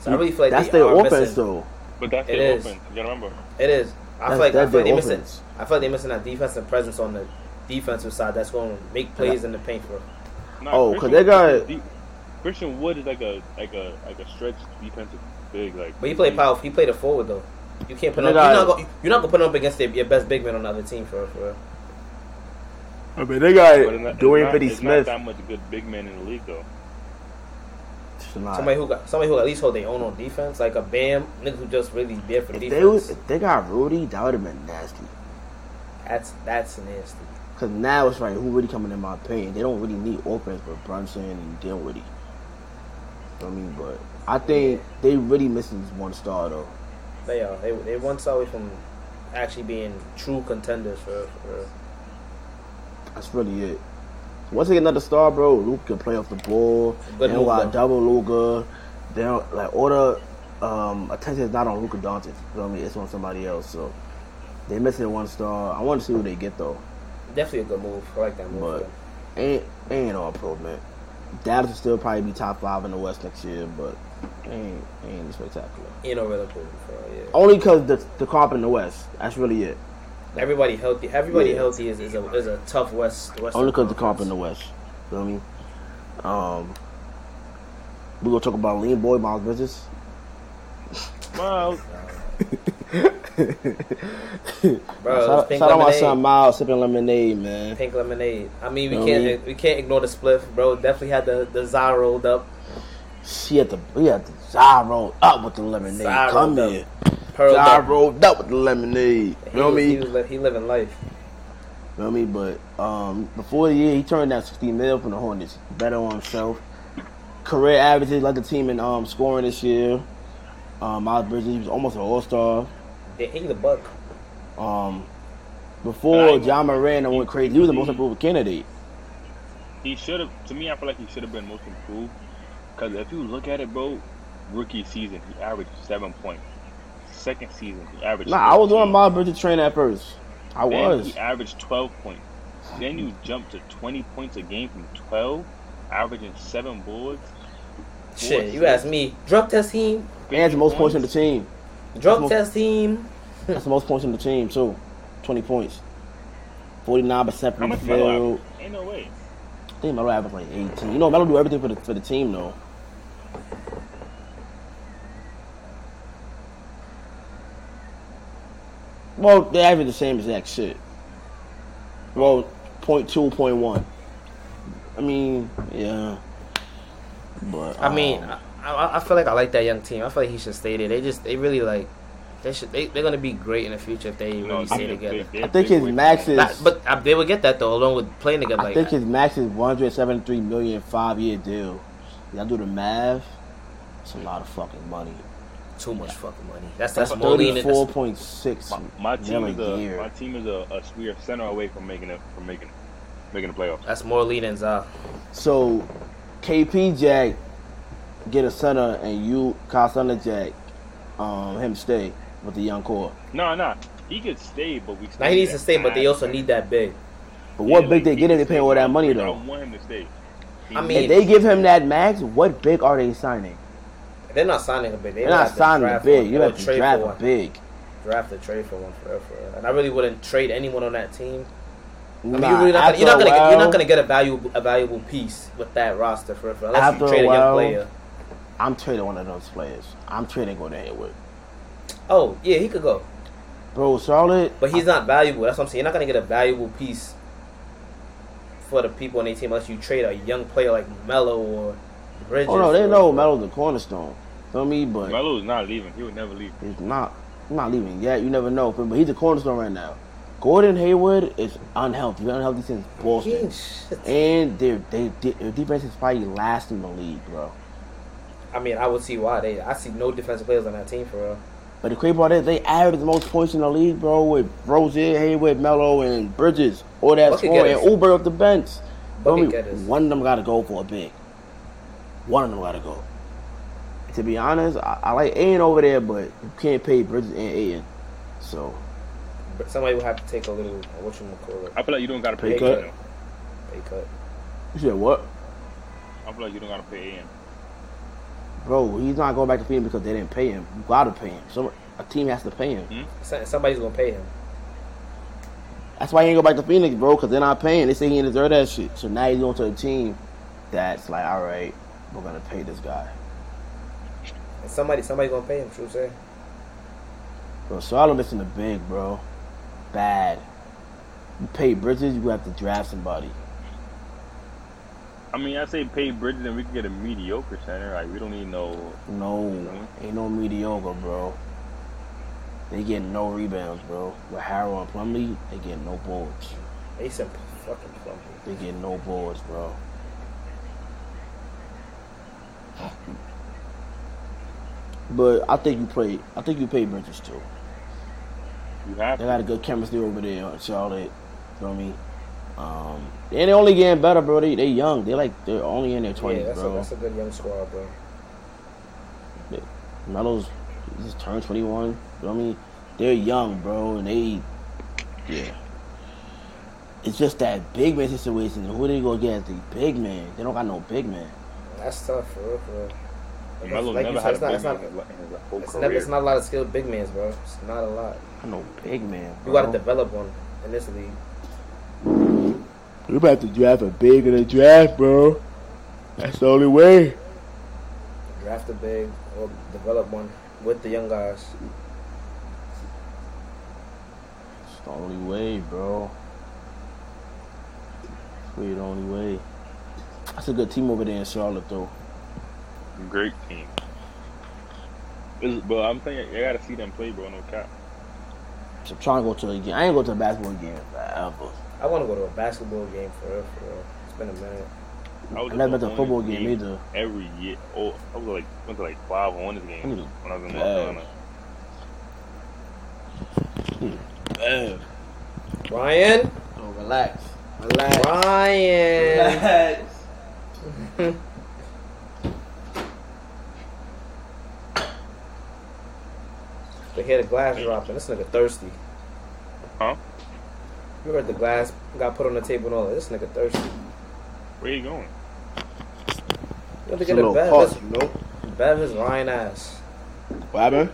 B: So I really feel like
A: That's
B: they
A: their
B: are
A: offense
B: uh, missing.
A: though.
C: But that's
B: It
C: the
B: is.
C: offense. You gotta remember.
B: It is. I
A: That's-
B: feel like I
A: that's
B: feel like
A: their
B: they're missing.
A: offense.
B: I feel like they're missing that defensive presence on the defensive side. That's going to make plays in the paint for. real.
C: Nah,
A: Oh, 'cause
C: Christian
A: they
C: Wood
A: got-
C: is deep. Christian Wood is like a like a like a stretch defensive big. Like,
B: But he played power. He played a forward though. You can't put
A: They
B: up. You're not,
A: got-
B: gonna, you're not gonna put him up against their, your best big man on the other team for real, for real.
A: I mean they
C: But it's not-
A: got
C: it's
A: Dorian
C: not-
A: Fitty
C: it's
A: Smith.
C: Not that much good big man in the league though.
A: It's not.
B: Somebody who got somebody who at least hold their own on defense, like a Bam, nigga who just really there for
A: If they, was,
B: defense.
A: if they got Rudy, that would have been nasty.
B: that's that's nasty.
A: Because now it's like, who really coming in my opinion? They don't really need offense but Brunson and Dinwiddie. I mean, but I think they really missing one star, though.
B: They are. They they one star away from actually being true contenders for. for
A: That's really it. Once they get another star, bro, Luke can play off the ball.
B: But
A: Then we got
B: Luka.
A: double Luca. Then, like, all the um, attention is not on Luca Doncic. You know what I mean? It's on somebody else. So they missing one star. I want to see who they get, though.
B: definitely a good move. I like that move.
A: But ain't ain't all pro, man. Dallas will still probably be top five in the West next year, but ain't ain't spectacular.
B: you know, really cool. For, yeah.
A: Only because the the comp in the West. That's really it.
B: Everybody healthy. Everybody
A: Yeah.
B: healthy is, is a is a tough West. West
A: Only because the comp in the West. You know what I mean? Um, we gonna talk about Lean Boy Miles Bridges.
C: Miles,
B: Bro,
A: shout
B: it's pink
A: shout out my
B: lemonade.
A: son Miles sipping lemonade, man.
B: Pink lemonade. I mean, we
A: Know what I
B: can't
A: mean?
B: we can't ignore the spliff, bro. Definitely had the the Zy rolled up,
A: She had the he had the gyro up with the lemonade.
B: Zy
A: Come
B: rolled
A: here,
B: pearl up.
A: gyro up with the lemonade. You
B: He,
A: know what I
B: was-
A: mean?
B: he was li- he living life.
A: Feel me? But um, before the year, he turned down 60 mil from the Hornets. Better on himself. Career averages led the team in um, scoring this year. Um, Miles Bridges he was almost an All Star.
B: They ain't the buck.
A: Um,
C: And I
A: before
C: ain't
A: John Moran went crazy, he was the most improved candidate.
C: he should have. To me, I feel like he should have been most improved. Because if you look at it, bro, rookie season he averaged seven points. Second season he averaged.
A: Nah, I was
C: 13.
A: on Miles Bridges train at first. I
C: Then
A: was.
C: He averaged 12 points. Then you jump to 20 points a game from 12, averaging seven boards.
B: Shit, you
C: shit.
B: ask me. Drug test team.
A: And the most points on the team.
B: Drug
A: Smoke.
B: test team.
A: That's the most points on the team, too. 20 points. 49%
C: How
A: from the
C: much Melo
A: field.
C: average? Ain't no way.
A: I think Melo averaged like 18. You know, Melo do everything for the, for the team, though. Well, they average the same exact shit. Well, point two, point one. I mean, yeah. But
B: I mean,
A: um,
B: I, I, I feel like I like that young team. I feel like he should stay there. They just they really like they should they they're gonna be great in the future if they
C: You
B: really
C: know,
B: stay
C: they're
B: together.
C: big- they're
A: I think
C: big
A: his
C: with-
A: max is.
B: Not- but uh, they would get that though, along with playing together.
A: I
B: like
A: think
B: that.
A: his max is 173 million five year deal. Y'all do the math. It's a lot of fucking money.
B: too much fucking money. That's
A: That's
B: the Moline. and-
A: thirty-four point six
C: My, my team is
A: million
B: uh,
A: a
C: a
A: year.
C: my team is a, a we are center away from making it from making it making the playoffs.
B: That's more uh, lead and Zah.
A: So, KP Jack get a center, and you Kyle Center Jack, um, him stay with the young core.
C: No, no, he could stay, but we.
B: Now he needs to stay, but they also need that big.
A: But what big they get if they paying all that money
C: I
A: though?
C: want him to stay. He
B: I mean-
A: If they give him that max, what big are they signing?
B: They're not signing a big. They
A: They're
B: would
A: not
B: have to
A: signing
B: draft
A: big.
B: one.
A: You
B: They
A: have
B: would
A: to
B: trade
A: draft
B: for one.
A: big.
B: Draft a trade for one forever. forever. And I really wouldn't trade anyone on that team. I mean,
A: Nah,
B: you're, really not gonna,
A: after
B: you're not
A: a
B: gonna get, you're
A: while-
B: not gonna get a valuable a valuable piece with that roster forever unless you
A: After a
B: trade a young
A: while-
B: player.
A: I'm trading one of those players. I'm trading Gordon with.
B: Oh yeah, he could go,
A: Bro, Charlotte.
B: but he's not valuable. That's what I'm saying. You're not gonna get a valuable piece for the people on their team unless you trade a young player like Melo or Bridges.
A: Oh no, they
B: or-
A: know Melo's the cornerstone. Feel me? But
C: Melo is not leaving. He would never leave.
A: He's not he's not leaving yet. You never know. But, but he's a cornerstone right now. Gordon Hayward is unhealthy. He's unhealthy since
B: He
A: Boston.
B: ain't shit.
A: And their they, their defense is probably last in the league, bro.
B: I mean, I would see why they. I see no defensive players on that team for real.
A: But the crazy part is they average the most points in the league, bro, with Rozier, Hayward, Mello, and Bridges. All that
B: Bucket
A: score and
B: getters.
A: Uber up the bench. Feel me?
B: Bucket getters.
A: One of them gotta go for a big. One of them gotta go. To be honest, I, I like Aiden over there, but you can't pay Bridges and Aiden. So
B: But somebody will have to take a little what you call it
C: I feel like you don't gotta pay
A: Pay cut?
C: him.
B: pay cut.
A: you said what?
C: I feel like you don't gotta pay him.
A: Bro, he's not going back to Phoenix because they didn't pay him. You gotta pay him. Some a team has to pay him.
B: Some- Somebody's gonna pay him.
A: That's why he ain't go back to Phoenix, bro, because they're not paying. They say he ain't deserve that shit. So now he's going to a team that's like, all right, we're gonna pay this guy.
B: And somebody somebody gonna pay him. True say.
A: Bro, Charlotte missing the big, bro. Bad. You pay Bridges, you have to draft somebody.
C: I mean, I say pay Bridges and we can get a mediocre center. Like we don't need no.
A: No, ain't no mediocre, bro. They getting no rebounds, bro. With Harrow and Plumlee, they getting no boards.
B: Mason fucking Plumlee.
A: They getting no boards, bro. But I think you play. I think you play Bridges too.
C: You have
A: They
C: to.
A: got a good chemistry over there in Charlotte. Feel me? Um, and they only getting better, bro. They they young. They like they're only in their
B: Yeah,
A: twenties,
B: that's a,
A: bro.
B: that's a good young squad, bro.
A: Melo's just turned 21. You know what I mean? They're young, bro, and they, yeah. It's just that big man situation. Who they gonna get as the big man? They don't got no big man.
B: That's tough for real, for real.
C: And Melo
B: Like you
C: never
B: said,
C: had a
B: it's not-
C: big
B: it's
C: man
B: not-
C: in his- in his whole
B: It's
C: career.
B: never. It's not a lot of skilled big mans, bro. It's not a lot.
A: I no big man.
B: You
A: bro.
C: Uh-huh.
B: gotta develop one in this league.
A: We about to draft a big in the draft, bro. That's the only way.
B: Draft a big or develop one with the young guys.
A: It's the only way, bro. It's really the only way. That's a good team over there in Charlotte, though.
C: great team. It's- but I'm saying I gotta see them play, bro. No cap.
A: So I'm trying to go to a game. I ain't go to a basketball game forever.
B: I want to go to a basketball game for real, for real. It's been a minute.
C: I was
A: I never
C: at
A: been to a
C: Hornets
A: football game either.
C: Every year, oh, I was like went to like five on this game
A: Mm.
C: when I was in
A: Yeah.
C: North Carolina.
A: Damn.
B: Ryan,
A: So relax. Relax.
B: Ryan.
A: Relax.
B: They hear the glass dropping. This nigga thirsty.
C: Huh?
B: You heard the glass got put on the table and all that. This nigga thirsty.
C: Where you going?
B: You have to
A: It's a
B: get a
A: little
B: bev.
A: pot,
B: This-
A: you know?
B: Bev is Ryan ass.
A: What happened?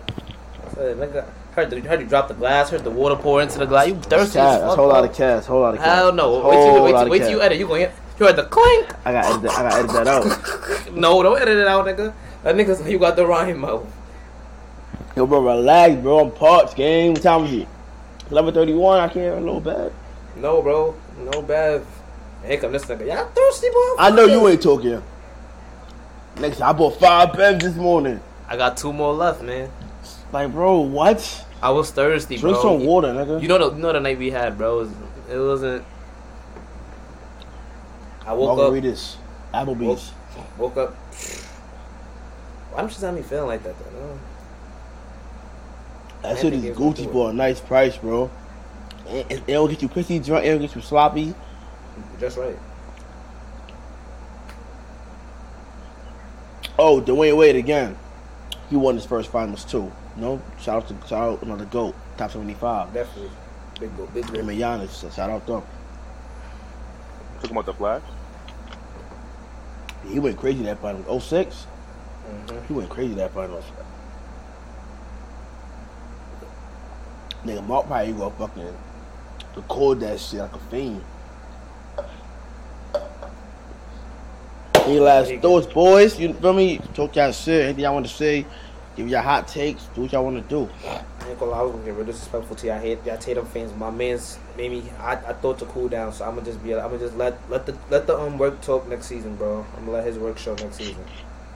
B: I said, nigga, heard, the, heard you drop the glass. Heard the water pour into the glass. You thirsty
A: Cat,
B: as
A: That's
B: fuck.
A: a whole lot
B: bro.
A: of cats. Whole lot of cats.
B: Hell no. Wait till,
A: Whole
B: you- wait till,
A: lot of
B: wait till you
A: cats.
B: edit. You gonna hear? You heard the clink.
A: I gotta edit that, I gotta edit that out.
B: No, don't edit it out, nigga. That nigga's you got the Ryan mouth.
A: Yo, bro, relax, bro. I'm parched, game. What time is it? 11:31. I can't. A little bad.
B: No, bro. No, Bev. Here come this nigga. Y'all thirsty, bro?
A: I know you ain't talking. Next, I bought five bevs this morning.
B: I got two more left, man.
A: Like, bro, what?
B: I was thirsty,
A: Drink
B: bro.
A: some water, nigga.
B: You know the you know the night we had, bro. It, was, it wasn't. I woke
A: Margaritas, Applebee's.
B: up. Woke up. Why don't you have me feeling like that though? No.
A: That shit
B: think
A: is
B: it was
A: Gucci
B: good.
A: for a nice price, bro. It, it, it'll get you crispy drunk. It'll get you sloppy.
B: You're just right.
A: Oh, Dwayne Wade again. He won his first finals too. No, shout out to shout out another goat, top seventy five.
B: Definitely. Big go, big
A: Him
B: go.
A: and Giannis, so shout out to him.
C: Talking about the flash.
A: He went crazy that finals. 06?
B: Mhm.
A: He went crazy that finals. Nigga, Mark probably gonna fucking record that shit like a fiend. Any last thoughts, boys? You feel me? Talk y'all shit. Anything y'all want to say? Give y'all hot takes. Do what y'all want to do.
B: I ain't gonna lie, I was gonna get real disrespectful to y'all. I hate y'all Tatum fans. My man's made me. I, I thought to cool down, so I'm gonna just be. I'm gonna just let let the let the um work talk next season, bro. I'm gonna let his work show next season.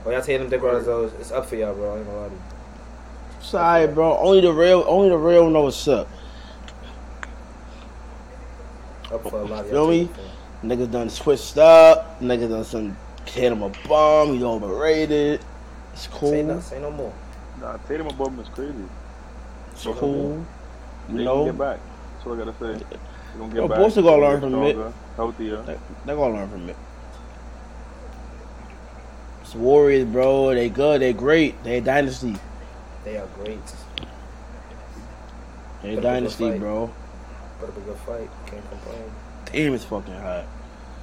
B: Oh y'all Tatum Dick Riders, though, it's up for y'all, bro. I ain't gonna lie to you.
A: Sorry, bro. Only the real, only the real know what's up.
B: Up for a lot of
A: Feel
B: y'all.
A: me?
B: Tatum fans.
A: Niggas done switched up. Niggas done some hit him a bomb. He's overrated. It's
B: Say
A: cool.
B: no, say no more.
C: Nah, Tatum above him is crazy.
A: It's
C: nothing.
A: cool. You
C: They
A: know,
C: can get back. That's what I gotta say. They gonna get
A: Yo,
C: back.
A: Bosa gotta learn
C: They
A: from
C: gonna get
A: it.
C: stronger, Healthier.
A: they're gonna learn from it. It's Warriors, bro. They good. They great. They a dynasty.
B: They are great.
A: They
B: Gotta
A: a
B: go
A: dynasty,
B: fight.
A: bro.
B: Put up a good fight. Can't complain.
A: Damn, it's fucking hot.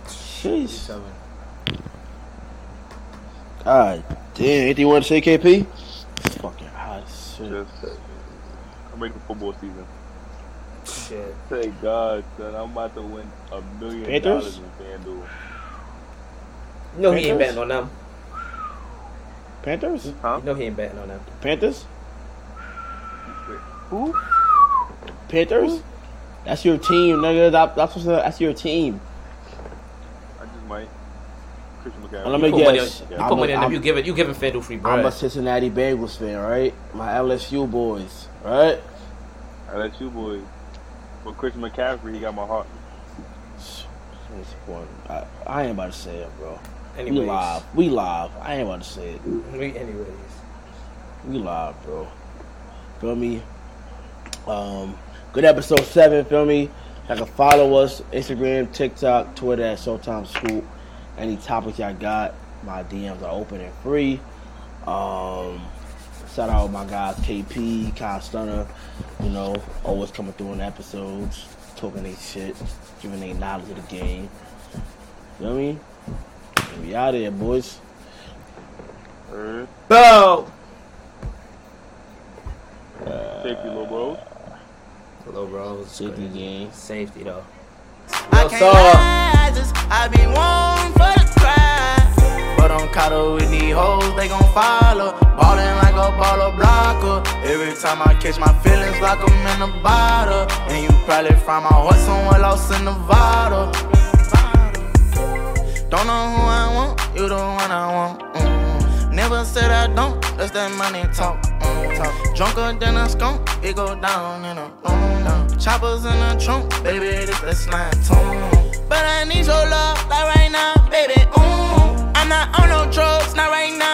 B: You
A: Jeez.
B: tell me.
A: God damn. Anything you want to say, KP? It's fucking hot as shit.
C: Just I'm ready for football season.
B: Shit.
C: Thank God, son. I'm about to win a million
A: Panthers?
C: dollars in FanDuel.
B: No, he ain't
A: Panthers?
B: betting on them.
A: Panthers?
C: Huh?
B: No, he ain't betting on them.
A: Panthers?
C: Who?
A: Panthers? That's your team, nigga. That, that's what's up. that's your team.
C: I just might. Christian McCaffrey.
A: And let me
B: Put money on,
A: guess.
B: you
A: I'm
B: put
A: a-
B: money on them.
A: I'm-
B: You give it. You giving FanDuel free bread.
A: I'm a Cincinnati Bengals fan, right? My LSU boys, right?
C: I let you boys. But Christian McCaffrey, he got my heart.
A: I, I ain't about to say it, bro. We
B: anyways.
A: live. We live. I ain't about to say it.
B: We- anyways.
A: We live, bro. Feel me? Um, good episode seven. Feel me? Y'all can follow us Instagram, TikTok, Twitter at Showtime Scoop. Any topics y'all got, my DMs are open and free. Um, shout out my guys KP, Kyle Stunner. You know, always coming through in the episodes, talking they shit, giving they knowledge of the game. Feel me? We out here, boys.
C: Err.
B: Bo.
C: Safety, little bros.
B: Hello, bro.
A: Safety game.
B: Safety though.
E: I can't lie, I just I been warm for the grind. But I'm caught up with these hoes, they gon' follow. Ballin' like a baller blocker. Every time I catch my feelings, like I'm in a bottle. And you probably find my heart somewhere lost in Nevada. Don't know who I want, you the one I want. mm. Never said I don't, that's that money talk. mm. Drunker than a skunk, it go down in a room. Choppers in the trunk, baby, this that slime tune. But I need your love, like right now, baby. Ooh, I'm not on no drugs, not right now.